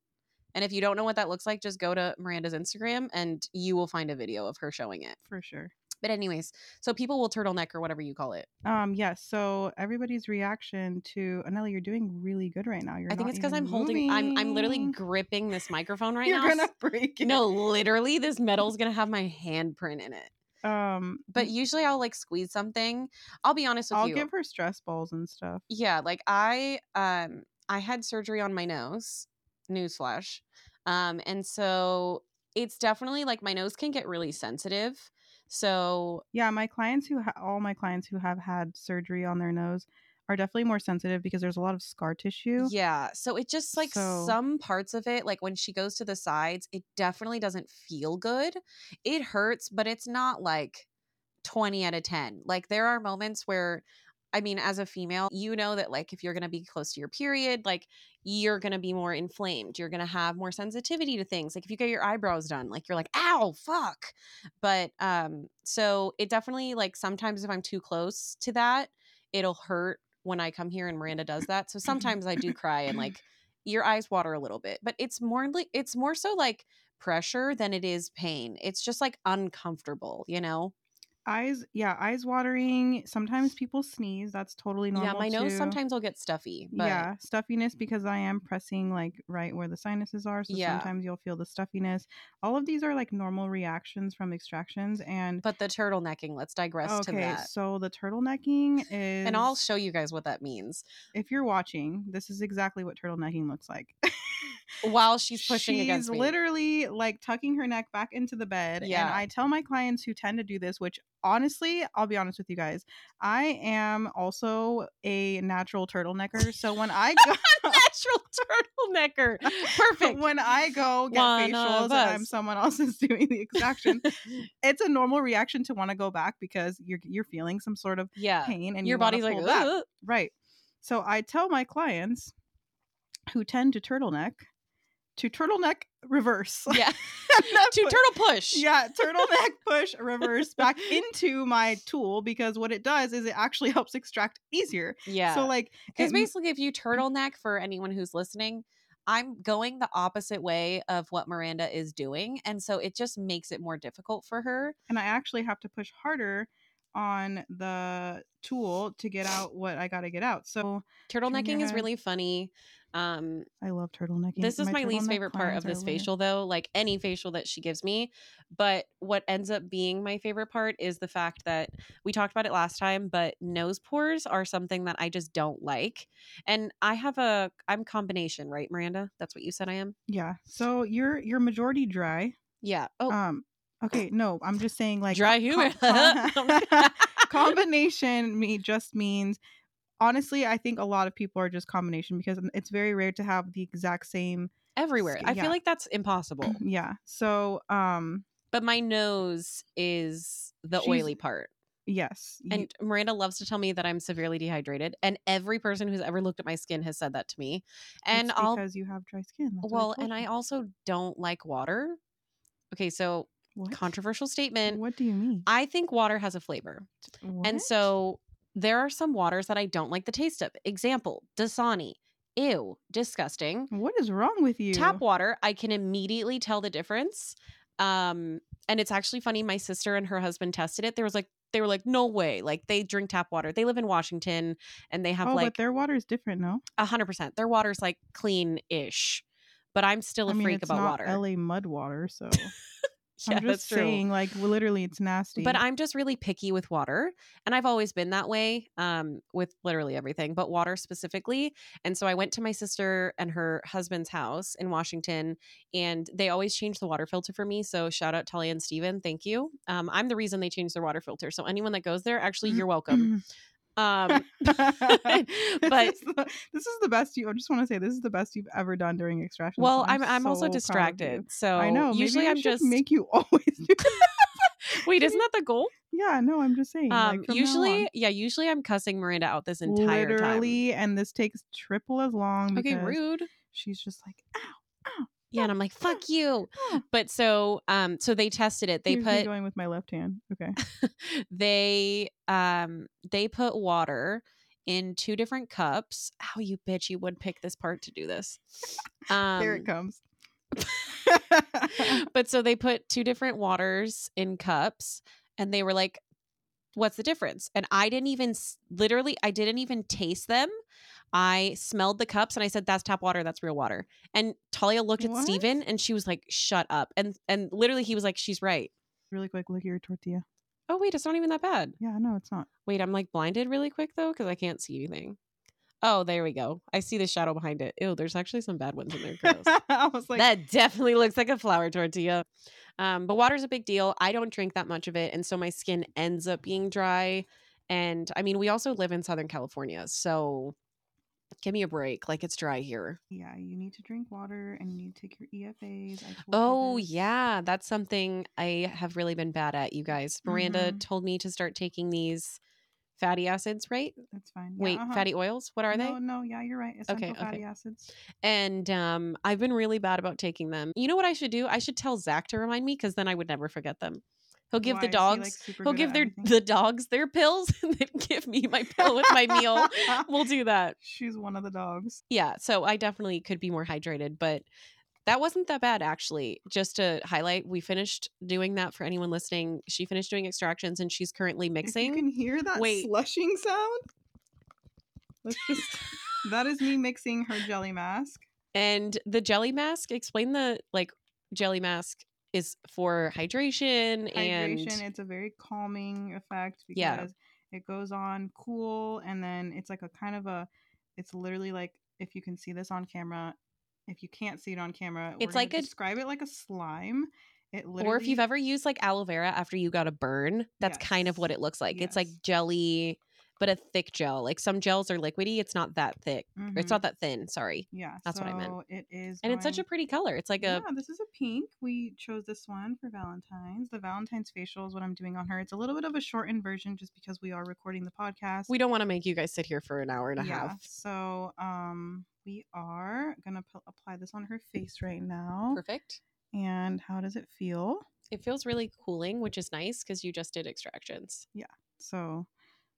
Speaker 2: And if you don't know what that looks like, just go to Miranda's Instagram and you will find a video of her showing it.
Speaker 1: For sure.
Speaker 2: But anyways, so people will turtleneck or whatever you call it.
Speaker 1: Um, yes. so everybody's reaction to Anelli, you're doing really good right now. You're
Speaker 2: I think
Speaker 1: not
Speaker 2: it's because
Speaker 1: even
Speaker 2: I'm holding I'm I'm literally
Speaker 1: moving.
Speaker 2: gripping this microphone right
Speaker 1: you're
Speaker 2: now.
Speaker 1: gonna break it.
Speaker 2: No, literally this metal's gonna have my handprint in it.
Speaker 1: Um
Speaker 2: But usually I'll like squeeze something. I'll be honest with
Speaker 1: I'll
Speaker 2: you.
Speaker 1: give her stress balls and stuff.
Speaker 2: yeah like i um i had surgery on my nose newsflash um and so it's definitely like my nose can get really sensitive so
Speaker 1: Yeah, my clients who ha- all my clients who have had surgery on their nose are definitely more sensitive because there's a lot of scar tissue.
Speaker 2: yeah so it just like
Speaker 1: So-
Speaker 2: some parts of it like when she goes to the sides it definitely doesn't feel good it hurts but it's not like 20 out of 10 like there are moments where i mean as a female you know that like if you're going to be close to your period like you're going to be more inflamed you're going to have more sensitivity to things like if you get your eyebrows done like you're like ow fuck but um so it definitely like sometimes if i'm too close to that it'll hurt when i come here and miranda does that so sometimes i do cry and like your eyes water a little bit but it's more like it's more so like pressure than it is pain it's just like uncomfortable you know
Speaker 1: Eyes, yeah, eyes watering. Sometimes people sneeze. That's totally normal.
Speaker 2: yeah my nose
Speaker 1: too.
Speaker 2: sometimes will get stuffy but
Speaker 1: yeah, stuffiness because I am pressing like right where the sinuses are. So
Speaker 2: Yeah.
Speaker 1: sometimes you'll feel the stuffiness. All of these are like normal reactions from extractions. And
Speaker 2: but the turtlenecking let's digress to
Speaker 1: okay,
Speaker 2: that
Speaker 1: so the turtlenecking is.
Speaker 2: and i'll show you guys what that means
Speaker 1: if you're watching, this is exactly what turtlenecking looks like.
Speaker 2: while she's pushing
Speaker 1: She's
Speaker 2: against me
Speaker 1: literally like tucking her neck back into the bed.
Speaker 2: Yeah.
Speaker 1: And I tell my clients who tend to do this, which honestly, I'll be honest with you guys, I am also a natural turtlenecker. So when I go
Speaker 2: natural turtlenecker perfect
Speaker 1: when I go get
Speaker 2: One
Speaker 1: facials
Speaker 2: of
Speaker 1: and I'm
Speaker 2: us.
Speaker 1: someone else is doing the extraction, it's a normal reaction to want to go back because you're you're feeling some sort of
Speaker 2: yeah
Speaker 1: pain and
Speaker 2: your
Speaker 1: you wanna
Speaker 2: body's like
Speaker 1: pull back.
Speaker 2: "Ugh."
Speaker 1: Right. So I tell my clients who tend to turtleneck to turtleneck reverse.
Speaker 2: yeah to turtle push
Speaker 1: Yeah, turtleneck push reverse back into my tool because what it does is it actually helps extract easier.
Speaker 2: yeah
Speaker 1: So like
Speaker 2: Because
Speaker 1: it m-
Speaker 2: basically, if you turtleneck for anyone who's listening, I'm going the opposite way of what Miranda is doing. And so it just makes it more difficult for her.
Speaker 1: and I actually have to push harder on the tool to get out what I got to get out. So
Speaker 2: Turtlenecking is
Speaker 1: head.
Speaker 2: really funny. Um,
Speaker 1: I love turtlenecking.
Speaker 2: this is my, least
Speaker 1: turtleneck
Speaker 2: favorite part of
Speaker 1: clients are
Speaker 2: this
Speaker 1: women.
Speaker 2: facial, though, like any facial that she gives me. But what ends up being my favorite part is the fact that we talked about it last time, but nose pores are something that I just don't like. And I have a, I'm combination, right, Miranda? That's what you said I am?
Speaker 1: Yeah. So you're you're majority dry.
Speaker 2: Yeah. Oh,
Speaker 1: Um okay, no, I'm just saying like "Oh,
Speaker 2: dry
Speaker 1: com-
Speaker 2: humor.
Speaker 1: com- combination me just means honestly, I think a lot of people are just combination because it's very rare to have the exact same
Speaker 2: everywhere.
Speaker 1: Skin-
Speaker 2: I
Speaker 1: yeah.
Speaker 2: feel like that's impossible.
Speaker 1: yeah. So um
Speaker 2: But my nose is the
Speaker 1: She's-
Speaker 2: oily part.
Speaker 1: yes. you-
Speaker 2: And Miranda loves to tell me that I'm severely dehydrated. And every person who's ever looked at my skin has said that to me. And
Speaker 1: it's
Speaker 2: I'll,
Speaker 1: because you have dry skin. That's what
Speaker 2: well, and
Speaker 1: told
Speaker 2: I
Speaker 1: you.
Speaker 2: also don't like water. Okay, so
Speaker 1: what?
Speaker 2: controversial statement.
Speaker 1: What do you mean?
Speaker 2: I think water has a flavor.
Speaker 1: What?
Speaker 2: And so there are some waters that I don't like the taste of. Example, Dasani. Ew, disgusting.
Speaker 1: what is wrong with you?
Speaker 2: tap water i can immediately tell the difference um and it's actually funny my sister and her husband tested it there was like they were like no way like they drink tap water they live in washington and they have
Speaker 1: Oh, but
Speaker 2: like
Speaker 1: their water is different, no?
Speaker 2: a 100% their water's like clean-ish but i'm still a
Speaker 1: I mean,
Speaker 2: freak
Speaker 1: it's
Speaker 2: about
Speaker 1: not
Speaker 2: water
Speaker 1: LA mud water, so
Speaker 2: yeah
Speaker 1: I'm just
Speaker 2: that's true
Speaker 1: saying, like literally, it's nasty.
Speaker 2: but i'm just really picky with water and i've always been that way um, with literally everything but water specifically and so i went to my sister and her husband's house in washington and they always change the water filter for me so shout out talia and steven thank you um, i'm the reason they changed their water filter so anyone that goes there actually you're welcome
Speaker 1: Mm-hmm.
Speaker 2: Um,
Speaker 1: This
Speaker 2: but
Speaker 1: is the- this is the best you. I just want to say this is the best you've ever done during extraction.
Speaker 2: well,
Speaker 1: so
Speaker 2: I'm I'm
Speaker 1: so
Speaker 2: also
Speaker 1: proud of you.
Speaker 2: distracted. So
Speaker 1: I know. maybe
Speaker 2: Usually
Speaker 1: I
Speaker 2: I'm
Speaker 1: should
Speaker 2: just
Speaker 1: make you always. Do that.
Speaker 2: wait. Isn't that the goal?
Speaker 1: Yeah, no, I'm just saying.
Speaker 2: Um,
Speaker 1: like, from now
Speaker 2: usually,
Speaker 1: on.
Speaker 2: yeah. Usually I'm cussing Miranda out this entire
Speaker 1: literally, and this takes triple as long.
Speaker 2: time. Okay,
Speaker 1: because
Speaker 2: rude.
Speaker 1: She's just like, ow.
Speaker 2: Yeah, and I'm like, fuck you.
Speaker 1: ow."
Speaker 2: But so, um, so they tested it. They
Speaker 1: Here's me
Speaker 2: put
Speaker 1: going with my left hand. Okay.
Speaker 2: they um they put water in two different cups. Oh, you bitch! You would pick this part to do this. Um,
Speaker 1: Here it comes.
Speaker 2: but so they put two different waters in cups and they were like what's the difference and i didn't even s- literally i didn't even taste them i smelled the cups and i said that's tap water that's real water and talia looked at
Speaker 1: What?
Speaker 2: steven and she was like shut up and and literally he was like she's right
Speaker 1: really quick, look at your tortilla.
Speaker 2: oh wait it's not even that bad
Speaker 1: Yeah, no, it's not.
Speaker 2: wait i'm like blinded really quick though because i can't see anything oh there we go i see the shadow behind it ew there's actually some bad ones in there gross
Speaker 1: I was like,
Speaker 2: that definitely looks like a flour tortilla. Um, but water's a big deal. I don't drink that much of it, and so my skin ends up being dry. And I mean, we also live in Southern California, so give me a break. Like it's dry here.
Speaker 1: yeah, you need to drink water and you need to take your EFAs. I told you
Speaker 2: Oh
Speaker 1: this.
Speaker 2: yeah, that's something I have really been bad at, you guys. Miranda
Speaker 1: Mhm.
Speaker 2: told me to start taking these fatty acids, right?
Speaker 1: That's fine. Yeah,
Speaker 2: Wait,
Speaker 1: uh-huh.
Speaker 2: fatty oils. What are they?
Speaker 1: No, no, yeah, you're right. Essential
Speaker 2: okay.
Speaker 1: fatty acids.
Speaker 2: And um, I've been really bad about taking them. You know what I should do? I should tell Zach to remind me because then I would never forget them. He'll give
Speaker 1: Why
Speaker 2: the
Speaker 1: is he,
Speaker 2: dogs.
Speaker 1: like, super
Speaker 2: he'll
Speaker 1: good
Speaker 2: give
Speaker 1: at
Speaker 2: their
Speaker 1: everything?
Speaker 2: the dogs their pills and then give me my pill with my meal. We'll do that.
Speaker 1: She's one of the dogs.
Speaker 2: Yeah. So I definitely could be more hydrated, but that wasn't that bad actually. Just to highlight, we finished doing that for anyone listening. She finished doing extractions and she's currently
Speaker 1: If
Speaker 2: mixing.
Speaker 1: you can hear that
Speaker 2: Wait.
Speaker 1: slushing sound, let's just. that is me mixing her jelly mask.
Speaker 2: And the jelly mask, explain the like jelly mask is for hydration, and
Speaker 1: Hydration. It's a very calming effect because
Speaker 2: Yeah.
Speaker 1: it goes on cool, and then it's like a kind of a. It's literally like if you can see this on camera. If you can't see it on camera, we're
Speaker 2: It's
Speaker 1: gonna
Speaker 2: like a-
Speaker 1: describe it like a slime. It literally
Speaker 2: or if you've ever used like aloe vera after you got a burn, that's kind of what
Speaker 1: Yes.
Speaker 2: it looks like. It's like
Speaker 1: Yes.
Speaker 2: jelly, but a thick gel. Like some gels are liquidy. It's not that thick. or
Speaker 1: Mhm.
Speaker 2: It's not that thin. Sorry.
Speaker 1: Yeah,
Speaker 2: that's what I meant.
Speaker 1: so It is,
Speaker 2: And it's such a
Speaker 1: going-
Speaker 2: pretty color. It's like a
Speaker 1: yeah, this is a pink. We chose this one for Valentine's. The Valentine's facial is what I'm doing on her. It's a little bit of a shortened version just because we are recording the podcast.
Speaker 2: we don't want to make you guys sit here for an hour and a
Speaker 1: yeah,
Speaker 2: half.
Speaker 1: So um, we are gonna p- apply this on her face right now.
Speaker 2: Perfect.
Speaker 1: And how does it feel?
Speaker 2: It feels really cooling, which is nice because you just did extractions.
Speaker 1: So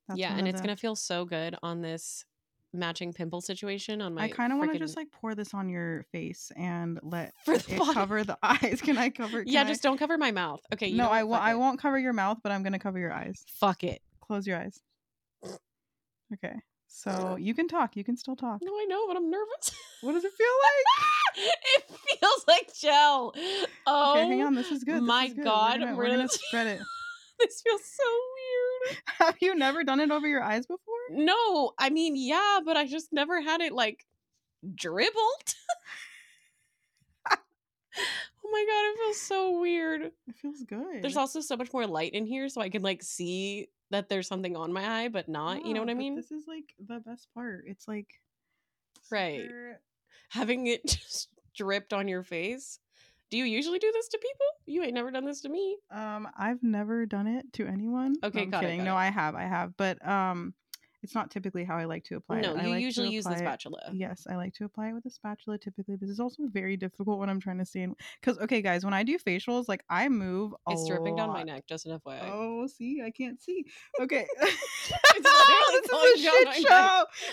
Speaker 1: that's
Speaker 2: yeah,
Speaker 1: one
Speaker 2: and
Speaker 1: of
Speaker 2: it's
Speaker 1: the-
Speaker 2: gonna feel so good on this matching pimple situation on my.
Speaker 1: I kind of want to
Speaker 2: freaking-
Speaker 1: just like pour this on your face and let
Speaker 2: For the
Speaker 1: it
Speaker 2: bottom.
Speaker 1: cover the eyes. Can I cover?
Speaker 2: yeah,
Speaker 1: can I-
Speaker 2: just don't cover my mouth. Okay. You
Speaker 1: no,
Speaker 2: know what?
Speaker 1: I won't.
Speaker 2: Fuck
Speaker 1: I
Speaker 2: it.
Speaker 1: won't cover your mouth, but I'm gonna cover your eyes.
Speaker 2: Fuck it.
Speaker 1: Close your eyes. Okay. So you can talk. You can still talk.
Speaker 2: No, I know, but I'm nervous.
Speaker 1: What does it feel like?
Speaker 2: it feels like gel. Oh,
Speaker 1: okay, hang on. This is good. this
Speaker 2: my
Speaker 1: is good.
Speaker 2: God,
Speaker 1: We're gonna,
Speaker 2: we're
Speaker 1: we're gonna
Speaker 2: gonna-
Speaker 1: spread it.
Speaker 2: this feels so weird.
Speaker 1: Have you never done it over your eyes before?
Speaker 2: No, I mean, yeah, but I just never had it like dribbled. oh my god, it feels so weird.
Speaker 1: It feels good.
Speaker 2: There's also so much more light in here, so I can like see that there's something on my eye, but not. you know
Speaker 1: Yeah,
Speaker 2: what I
Speaker 1: Oh, but
Speaker 2: mean?
Speaker 1: This is like the best part. It's like
Speaker 2: Right.
Speaker 1: super-
Speaker 2: Having it just dripped on your face. Do you usually do this to people? You ain't never done this to me.
Speaker 1: Um, I've never done it to anyone. No,
Speaker 2: Okay,
Speaker 1: I'm
Speaker 2: got it,
Speaker 1: kidding.
Speaker 2: got
Speaker 1: no,
Speaker 2: it.
Speaker 1: I have. I have, but um, it's not typically how I like to apply
Speaker 2: no,
Speaker 1: it. I
Speaker 2: you
Speaker 1: like to
Speaker 2: usually use the
Speaker 1: apply it-
Speaker 2: spatula.
Speaker 1: Yes, I like to apply it with a spatula typically. This is also very difficult when I'm trying to stand because okay, guys, when I do facials, like I move a
Speaker 2: It's dripping down my
Speaker 1: lot.
Speaker 2: neck, just an FYI.
Speaker 1: Oh, see, I can't see. Okay.
Speaker 2: literally
Speaker 1: this is a
Speaker 2: going down
Speaker 1: shit
Speaker 2: my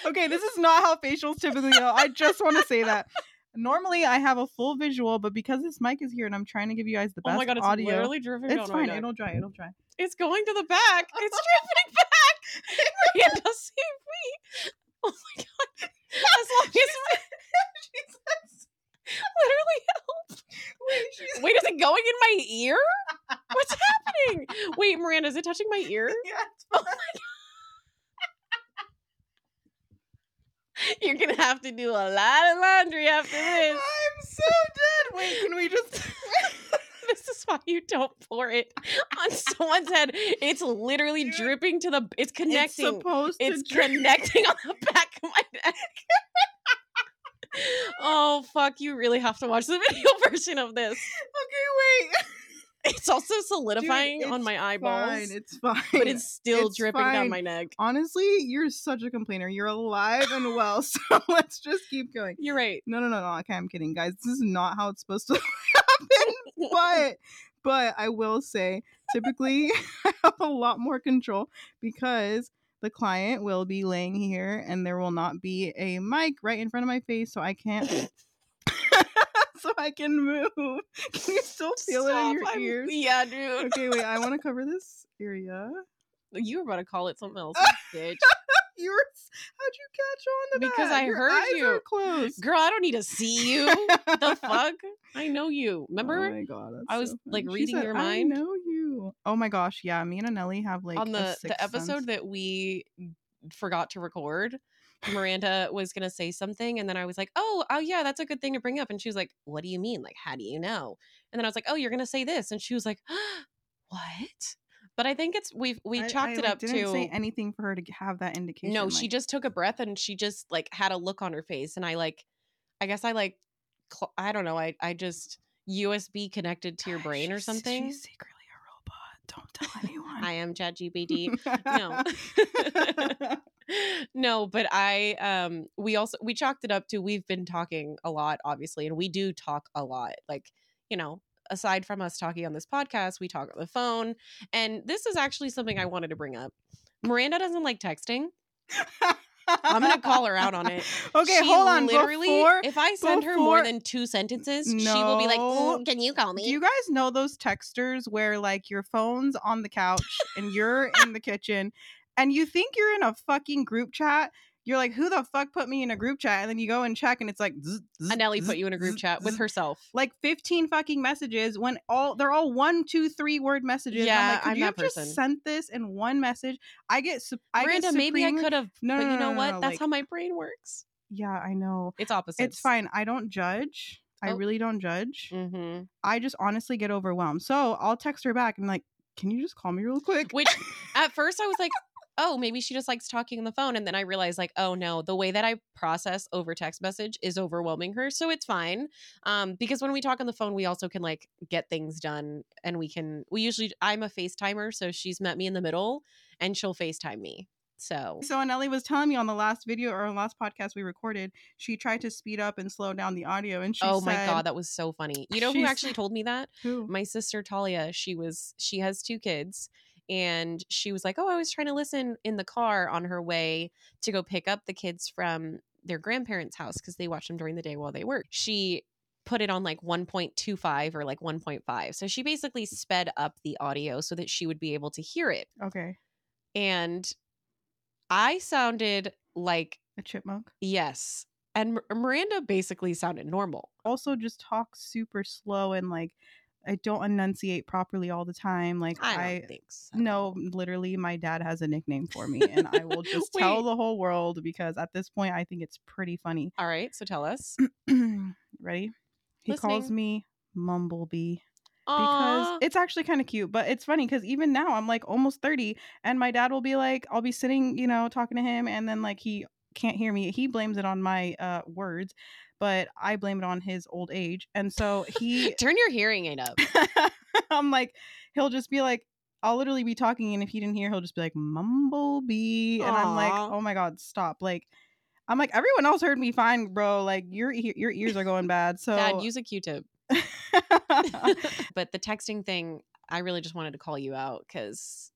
Speaker 1: show. Okay, this is not how facials typically go. I just want to say that. Normally, I have a full visual, but because this mic is here and I'm trying to give you guys the best
Speaker 2: oh my god, it's
Speaker 1: audio,
Speaker 2: literally dripping
Speaker 1: it's
Speaker 2: down
Speaker 1: fine.
Speaker 2: my neck.
Speaker 1: It'll dry. It'll dry.
Speaker 2: It's going to the back. It's dripping back. Miranda, save me. Oh my god. As long as
Speaker 1: She says,
Speaker 2: literally help.
Speaker 1: wait, she's,
Speaker 2: Wait, is it going in my ear? What's happening? Wait, Miranda, is it touching my ear?
Speaker 1: yeah, it's
Speaker 2: You're gonna have to do a lot of laundry after
Speaker 1: fine.
Speaker 2: this.
Speaker 1: I'm so dead. Wait, can we just?
Speaker 2: This is why you don't pour it on someone's head. It's literally
Speaker 1: Dude.
Speaker 2: dripping to the. It's
Speaker 1: It's
Speaker 2: connecting.
Speaker 1: supposed
Speaker 2: It's,
Speaker 1: to drip.
Speaker 2: connecting on the back of my neck. oh fuck! You really have to watch the video version of this.
Speaker 1: Okay, wait.
Speaker 2: It's also solidifying on
Speaker 1: it's
Speaker 2: my eyeballs,
Speaker 1: Fine, it's fine.
Speaker 2: but it's still
Speaker 1: It's
Speaker 2: dripping down
Speaker 1: fine.
Speaker 2: my neck.
Speaker 1: honestly, you're such a complainer. You're alive and well, so let's just keep going.
Speaker 2: You're right.
Speaker 1: No, no, no, no. Okay, I'm kidding, guys. This is not how it's supposed to happen. But, but I will say, typically, I have a lot more control because the client will be laying here, and there will not be a mic right in front of my face, so I can't. so I can move. Can you still feel it in
Speaker 2: Stop,
Speaker 1: your
Speaker 2: I'm-
Speaker 1: ears?
Speaker 2: Yeah, dude.
Speaker 1: Okay, wait. I want to cover this area.
Speaker 2: You were about to call it something else, bitch.
Speaker 1: You were, how'd you catch on to that?
Speaker 2: Because I
Speaker 1: Your
Speaker 2: heard
Speaker 1: eyes
Speaker 2: you.
Speaker 1: Are closed.
Speaker 2: Girl, I don't need to see you. the fuck? I know you.
Speaker 1: Oh
Speaker 2: Remember
Speaker 1: my god! that's
Speaker 2: I was,
Speaker 1: so
Speaker 2: like,
Speaker 1: funny. She
Speaker 2: reading
Speaker 1: said,
Speaker 2: your
Speaker 1: I
Speaker 2: mind?"
Speaker 1: know you. Oh my gosh! Yeah, me and Anelli have like
Speaker 2: on
Speaker 1: a
Speaker 2: the
Speaker 1: sixth
Speaker 2: the episode
Speaker 1: sense.
Speaker 2: that we forgot to record? Miranda was gonna say something, and then I was like, "Oh, oh yeah, that's a good thing to bring up." And she was like, "What do you mean? Like, how do you know?" And then I was like, "Oh, you're gonna say this," and she was like, "What?" But I think it's we've we
Speaker 1: I-
Speaker 2: chalked
Speaker 1: I,
Speaker 2: it
Speaker 1: like,
Speaker 2: up
Speaker 1: didn't
Speaker 2: to
Speaker 1: say anything for her to g- have that indication.
Speaker 2: No, she
Speaker 1: like,
Speaker 2: just took a breath and she just like had a look on her face, and I like, I guess I like, cl- I don't know, I I just USB connected to your
Speaker 1: "Guys,
Speaker 2: brain or
Speaker 1: she's-
Speaker 2: something.
Speaker 1: She's secretly a robot. Don't tell anyone.
Speaker 2: I am ChatGPT. no. no, but I um we also we chalked it up to we've been talking a lot, obviously, and we do talk a lot. Like, you know, aside from us talking on this podcast, we talk on the phone. And this is actually something I wanted to bring up. Miranda doesn't like texting. I'm gonna call her out on it.
Speaker 1: Okay,
Speaker 2: She
Speaker 1: hold on.
Speaker 2: Literally,
Speaker 1: Before,
Speaker 2: if I send her more
Speaker 1: before-
Speaker 2: than two sentences, she will be like,
Speaker 1: No.
Speaker 2: "Mm, "Can you call me?"
Speaker 1: Do you guys know those texters where like your phone's on the couch and you're in the kitchen and you think you're in a fucking group chat? You're like, who the fuck put me in a group chat? And then you go and check and it's like zzz, zzz,
Speaker 2: Anelli
Speaker 1: zzz,
Speaker 2: put you in a group
Speaker 1: zzz,
Speaker 2: chat with
Speaker 1: zzz.
Speaker 2: herself.
Speaker 1: Like 15 fucking messages when all they're all one, two, three word messages. And
Speaker 2: Yeah,
Speaker 1: I'm like, could
Speaker 2: I'm
Speaker 1: you
Speaker 2: that
Speaker 1: have just
Speaker 2: person.
Speaker 1: sent this in one message? I get, sup- I get
Speaker 2: Miranda, maybe I
Speaker 1: supremely-
Speaker 2: could have,
Speaker 1: No,
Speaker 2: but
Speaker 1: no, no,
Speaker 2: you know
Speaker 1: no,
Speaker 2: what?
Speaker 1: no,
Speaker 2: That's
Speaker 1: like-
Speaker 2: how my brain works.
Speaker 1: Yeah, I know.
Speaker 2: It's opposite.
Speaker 1: It's fine. I don't judge. I
Speaker 2: Oh.
Speaker 1: really don't judge.
Speaker 2: hmm
Speaker 1: I just honestly get overwhelmed. So I'll text her back and like, can you just call me real quick?
Speaker 2: Which at first I was like, oh, maybe she just likes talking on the phone. And then I realized, like, oh no, the way that I process over text message is overwhelming her. So it's fine. Um, because when we talk on the phone, we also can like get things done and we can, we usually, I'm a FaceTimer. So she's met me in the middle and she'll FaceTime me. So
Speaker 1: So Anelli was telling me on the last video or on the last podcast we recorded, she tried to speed up and slow down the audio, and she
Speaker 2: oh
Speaker 1: said,
Speaker 2: my god, that was so funny. You know
Speaker 1: she
Speaker 2: who
Speaker 1: said-
Speaker 2: actually told me that?
Speaker 1: Who?
Speaker 2: My sister Talia. She was she has two kids, and she was like, "Oh, I was trying to listen in the car on her way to go pick up the kids from their grandparents' house because they watched them during the day while they worked." She put it on like 1.25 or like 1.5. So she basically sped up the audio so that she would be able to hear it.
Speaker 1: Okay,
Speaker 2: And I sounded like
Speaker 1: a chipmunk.
Speaker 2: yes. And M- Miranda basically sounded normal.
Speaker 1: Also, just talks super slow and like I don't enunciate properly all the time. Like
Speaker 2: I don't
Speaker 1: I.
Speaker 2: think so.
Speaker 1: no, literally, my dad has a nickname for me, and I will just tell
Speaker 2: Wait.
Speaker 1: the whole world because at this point, I think it's pretty funny.
Speaker 2: All right, so tell us.
Speaker 1: Ready? He calls
Speaker 2: Listening.
Speaker 1: me Mumblebee. because
Speaker 2: Aw.
Speaker 1: it's actually kind of cute but it's funny because even now i'm like almost 30 and my dad will be like i'll be sitting you know talking to him and then like he can't hear me he blames it on my uh words but i blame it on his old age and so he
Speaker 2: turn your hearing aid up.
Speaker 1: i'm like he'll just be like i'll literally be talking and if he didn't hear he'll just be like mumblebee and i'm like
Speaker 2: Aw.
Speaker 1: oh my god stop like i'm like everyone else heard me fine bro like your ear- your ears are going bad so
Speaker 2: Dad, use a Q-tip. but the texting thing, I really just wanted to call you out because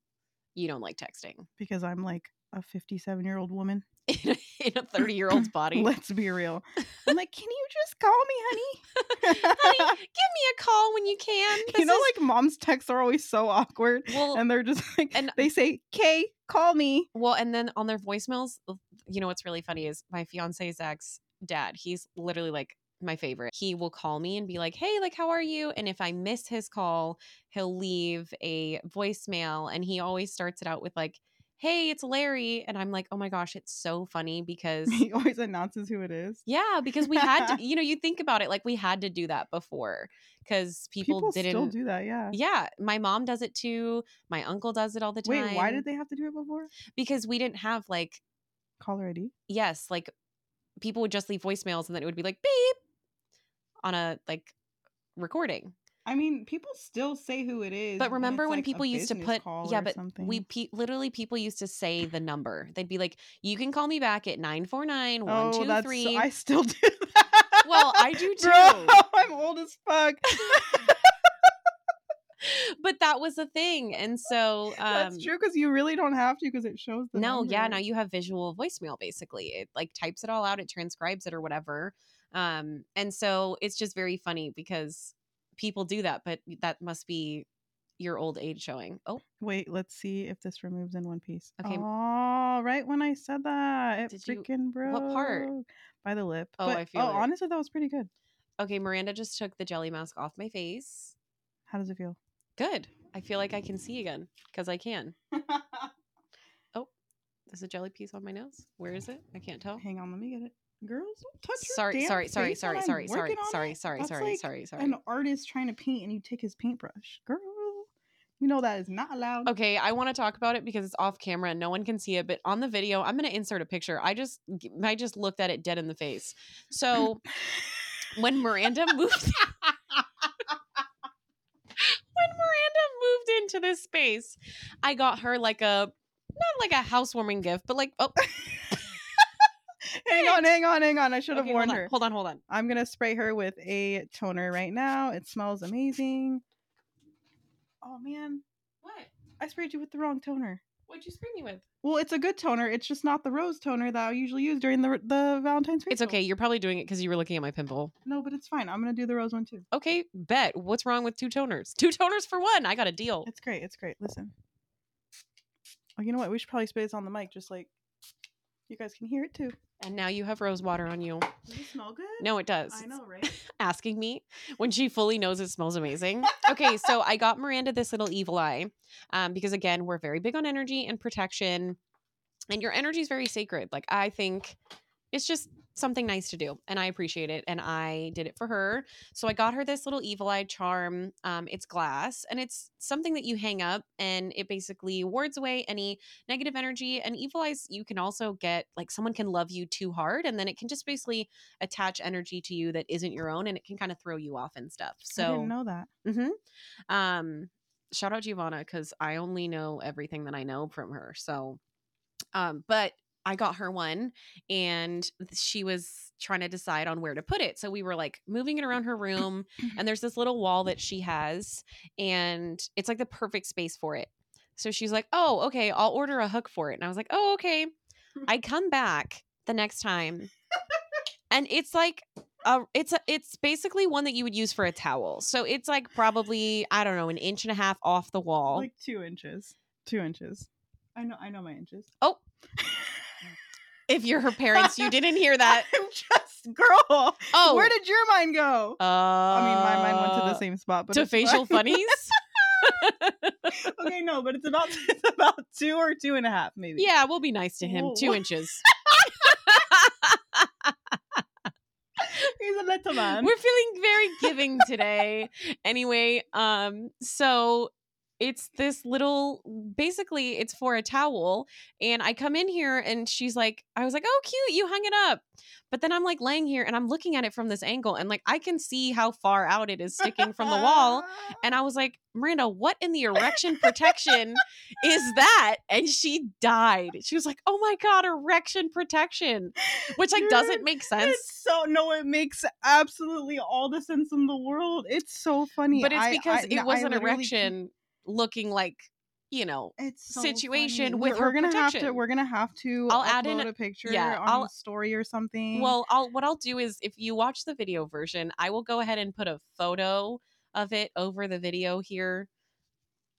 Speaker 2: you don't like texting
Speaker 1: because i'm like a 57 year old woman
Speaker 2: in a- in a thirty-year-old's body.
Speaker 1: Let's be real. I'm like, can you just call me, honey?
Speaker 2: Honey, give me a call when you can.
Speaker 1: you
Speaker 2: This
Speaker 1: know,
Speaker 2: is-
Speaker 1: like mom's texts are always so awkward,
Speaker 2: well,
Speaker 1: and they're just like,
Speaker 2: and-
Speaker 1: they say, "Kay, call me."
Speaker 2: Well, and then on their voicemails, you know what's really funny is my fiance Zach's dad. He's literally like my favorite. He will call me and be like, "Hey, like how are you?" And if I miss his call, he'll leave a voicemail, and he always starts it out with like, hey, it's Larry. And I'm like, oh my gosh, it's so funny because
Speaker 1: he always announces who it is.
Speaker 2: yeah, because we had to, you know, you think about it, like we had to do that before because people,
Speaker 1: People, still
Speaker 2: didn't.
Speaker 1: do that, yeah.
Speaker 2: yeah, my mom does it too. My uncle does it all the time.
Speaker 1: Wait, why did they have to do it before?
Speaker 2: Because we didn't have like
Speaker 1: Caller ID.
Speaker 2: yes, like people would just leave voicemails and then it would be like beep on a like recording.
Speaker 1: I mean, people still say who it is.
Speaker 2: But
Speaker 1: when
Speaker 2: remember
Speaker 1: it's,
Speaker 2: when
Speaker 1: like, a
Speaker 2: people used to
Speaker 1: business
Speaker 2: put
Speaker 1: call
Speaker 2: yeah,
Speaker 1: or
Speaker 2: but
Speaker 1: something.
Speaker 2: we pe- literally people used to say the number. They'd be like, "You can call me back at 949
Speaker 1: oh, that's
Speaker 2: 123."
Speaker 1: I still do that.
Speaker 2: Well, I do
Speaker 1: Bro,
Speaker 2: too.
Speaker 1: I'm old as fuck.
Speaker 2: But that was the thing. And so um
Speaker 1: that's true because you really don't have to because it shows the
Speaker 2: no, yeah,
Speaker 1: number.
Speaker 2: now you have visual voicemail basically. It like types it all out, it transcribes it or whatever. Um and so it's just very funny because people do that, but that must be your old age showing. Oh,
Speaker 1: Wait, let's see if this removes in one piece.
Speaker 2: Okay.
Speaker 1: Oh, right when I said that, it
Speaker 2: Did you-
Speaker 1: freaking broke.
Speaker 2: what part?
Speaker 1: By the lip.
Speaker 2: Oh,
Speaker 1: But-
Speaker 2: I feel
Speaker 1: Oh,
Speaker 2: it.
Speaker 1: honestly, that was pretty good.
Speaker 2: okay, Miranda just took the jelly mask off my face.
Speaker 1: How does it feel?
Speaker 2: Good. I feel like I can see again because I can. There's a jelly piece on my nose. Where is it? I can't tell.
Speaker 1: Hang on, let me get it. Girls, don't touch your
Speaker 2: Sorry,
Speaker 1: damn
Speaker 2: sorry, sorry,
Speaker 1: face
Speaker 2: sorry,
Speaker 1: when I'm
Speaker 2: sorry, sorry,
Speaker 1: working on
Speaker 2: sorry,
Speaker 1: it.
Speaker 2: sorry,
Speaker 1: That's
Speaker 2: sorry,
Speaker 1: like
Speaker 2: sorry, sorry.
Speaker 1: An artist trying to paint and you take his paintbrush. Girl, you know that is not allowed.
Speaker 2: Okay, I want to talk about it because it's off camera and no one can see it, but on the video, I'm going to insert a picture. I just I just looked at it dead in the face. So, when Miranda moved When Miranda moved into this space, I got her like a not like a housewarming gift, but like oh,
Speaker 1: Hang on, hang on, hang on. I should have
Speaker 2: okay, hold
Speaker 1: warned
Speaker 2: on,
Speaker 1: her.
Speaker 2: Hold on, hold on.
Speaker 1: I'm gonna spray her with a toner right now. It smells amazing. Oh man,
Speaker 2: What?
Speaker 1: I sprayed you with the wrong toner.
Speaker 2: What'd you spray me with?
Speaker 1: Well, it's a good toner. It's just not the rose toner that I usually use during the the Valentine's.
Speaker 2: It's
Speaker 1: facials.
Speaker 2: okay. You're probably doing it because you were looking at my pimple.
Speaker 1: No, but it's fine. I'm gonna do the rose one too.
Speaker 2: Okay, bet. What's wrong with two toners? Two toners for one. I got a deal.
Speaker 1: It's great. It's great. Listen. Oh, you know what? We should probably spray this on the mic, just like you guys can hear it too.
Speaker 2: And now you have rose water on you.
Speaker 1: Does it smell good?
Speaker 2: No, it does.
Speaker 1: I
Speaker 2: It's
Speaker 1: know, right?
Speaker 2: asking me when she fully knows it smells amazing. Okay, so I got Miranda this little evil eye um, because, again, we're very big on energy and protection, and your energy is very sacred. Like, I think it's just something nice to do, and I appreciate it. And I did it for her. So I got her this little evil eye charm. Um, it's glass, and it's something that you hang up, and it basically wards away any negative energy. And evil eyes, you can also get like someone can love you too hard, and then it can just basically attach energy to you that isn't your own and it can kind of throw you off and stuff.
Speaker 1: I didn't
Speaker 2: So,
Speaker 1: know that.
Speaker 2: hmm um, shout out Giovanna because I only know everything that I know from her. So, um, but I got her one and she was trying to decide on where to put it. So we were like moving it around her room and there's this little wall that she has and it's like the perfect space for it. So she's like, "Oh, okay, I'll order a hook for it." And I was like, "Oh, okay." I come back the next time. And it's like a, it's a, it's basically one that you would use for a towel. So it's like probably I don't know an inch and a half off the wall.
Speaker 1: Like two inches. Two inches. I know. I know my inches.
Speaker 2: Oh. if you're her parents, you didn't hear that.
Speaker 1: I'm just girl.
Speaker 2: Oh,
Speaker 1: Where did your mind go?
Speaker 2: uh,
Speaker 1: I
Speaker 2: I
Speaker 1: mean, my mind went to the same spot, but
Speaker 2: Uh, to
Speaker 1: it's
Speaker 2: facial
Speaker 1: fine.
Speaker 2: funnies.
Speaker 1: okay, no, but it's about it's about two or two and a half, maybe.
Speaker 2: yeah, we'll be nice to him.
Speaker 1: Whoa.
Speaker 2: Two inches.
Speaker 1: he's a little man.
Speaker 2: We're feeling very giving today. anyway, um, so it's this little basically it's for a towel and I come in here and she's like I was like, "Oh, cute, you hung it up." But then I'm like laying here and I'm looking at it from this angle and like I can see how far out it is sticking from the wall and I was like, "Miranda, what in the erection protection is that?" And she died. She was like, "Oh my god, erection protection." Which like doesn't
Speaker 1: Dude,
Speaker 2: make sense.
Speaker 1: It's so no, it makes absolutely all the sense in the world. It's so funny,
Speaker 2: but it's
Speaker 1: I-
Speaker 2: because
Speaker 1: I-
Speaker 2: it
Speaker 1: no,
Speaker 2: was
Speaker 1: I
Speaker 2: an
Speaker 1: literally
Speaker 2: erection looking like you know
Speaker 1: can't- It's so
Speaker 2: situation
Speaker 1: funny.
Speaker 2: with
Speaker 1: we're,
Speaker 2: her
Speaker 1: we're gonna have to.
Speaker 2: protection.
Speaker 1: We're gonna have to.
Speaker 2: I'll
Speaker 1: upload
Speaker 2: add in-
Speaker 1: a picture
Speaker 2: yeah,
Speaker 1: on
Speaker 2: I'll-
Speaker 1: the story or something.
Speaker 2: well i'll what i'll do is if you watch the video version i will go ahead and put a photo of it over the video here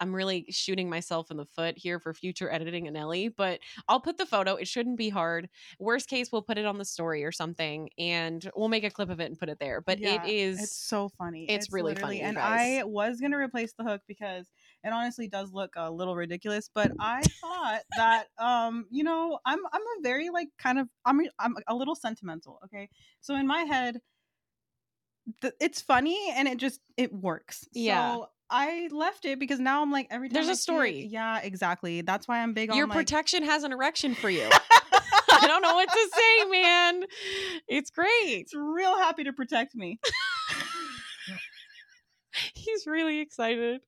Speaker 2: i'm really shooting myself in the foot here for future editing and ellie but i'll put the photo it shouldn't be hard worst case we'll put it on the story or something and we'll make a clip of it and put it there but
Speaker 1: Yeah,
Speaker 2: it is
Speaker 1: it's so funny.
Speaker 2: it's really
Speaker 1: literally-
Speaker 2: funny, you
Speaker 1: and
Speaker 2: guys.
Speaker 1: I was gonna replace the hook because It honestly does look a little ridiculous, but I thought that um, you know, I'm I'm a very like kind of I'm I'm a little sentimental, okay? So in my head th- it's funny and it just it works.
Speaker 2: Yeah.
Speaker 1: So I left it because now I'm like every time
Speaker 2: There's
Speaker 1: a
Speaker 2: a story.
Speaker 1: yeah, exactly. That's why I'm big
Speaker 2: Your
Speaker 1: on like,
Speaker 2: protection has an erection for you. I don't know what to say, man. It's great.
Speaker 1: it's real happy to protect me.
Speaker 2: He's really excited.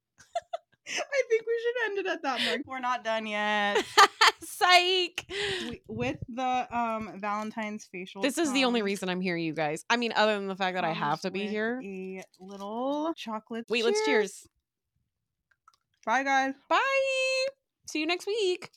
Speaker 1: I think we should end it at that mark. We're not done yet.
Speaker 2: Psych.
Speaker 1: We- With the um Valentine's facial.
Speaker 2: This is the only
Speaker 1: comes-
Speaker 2: reason I'm here, you guys. I mean, other than the fact that I
Speaker 1: comes
Speaker 2: have to be
Speaker 1: with
Speaker 2: here.
Speaker 1: A little chocolate.
Speaker 2: Wait, let's cheers.
Speaker 1: Bye, guys.
Speaker 2: Bye. See you next week.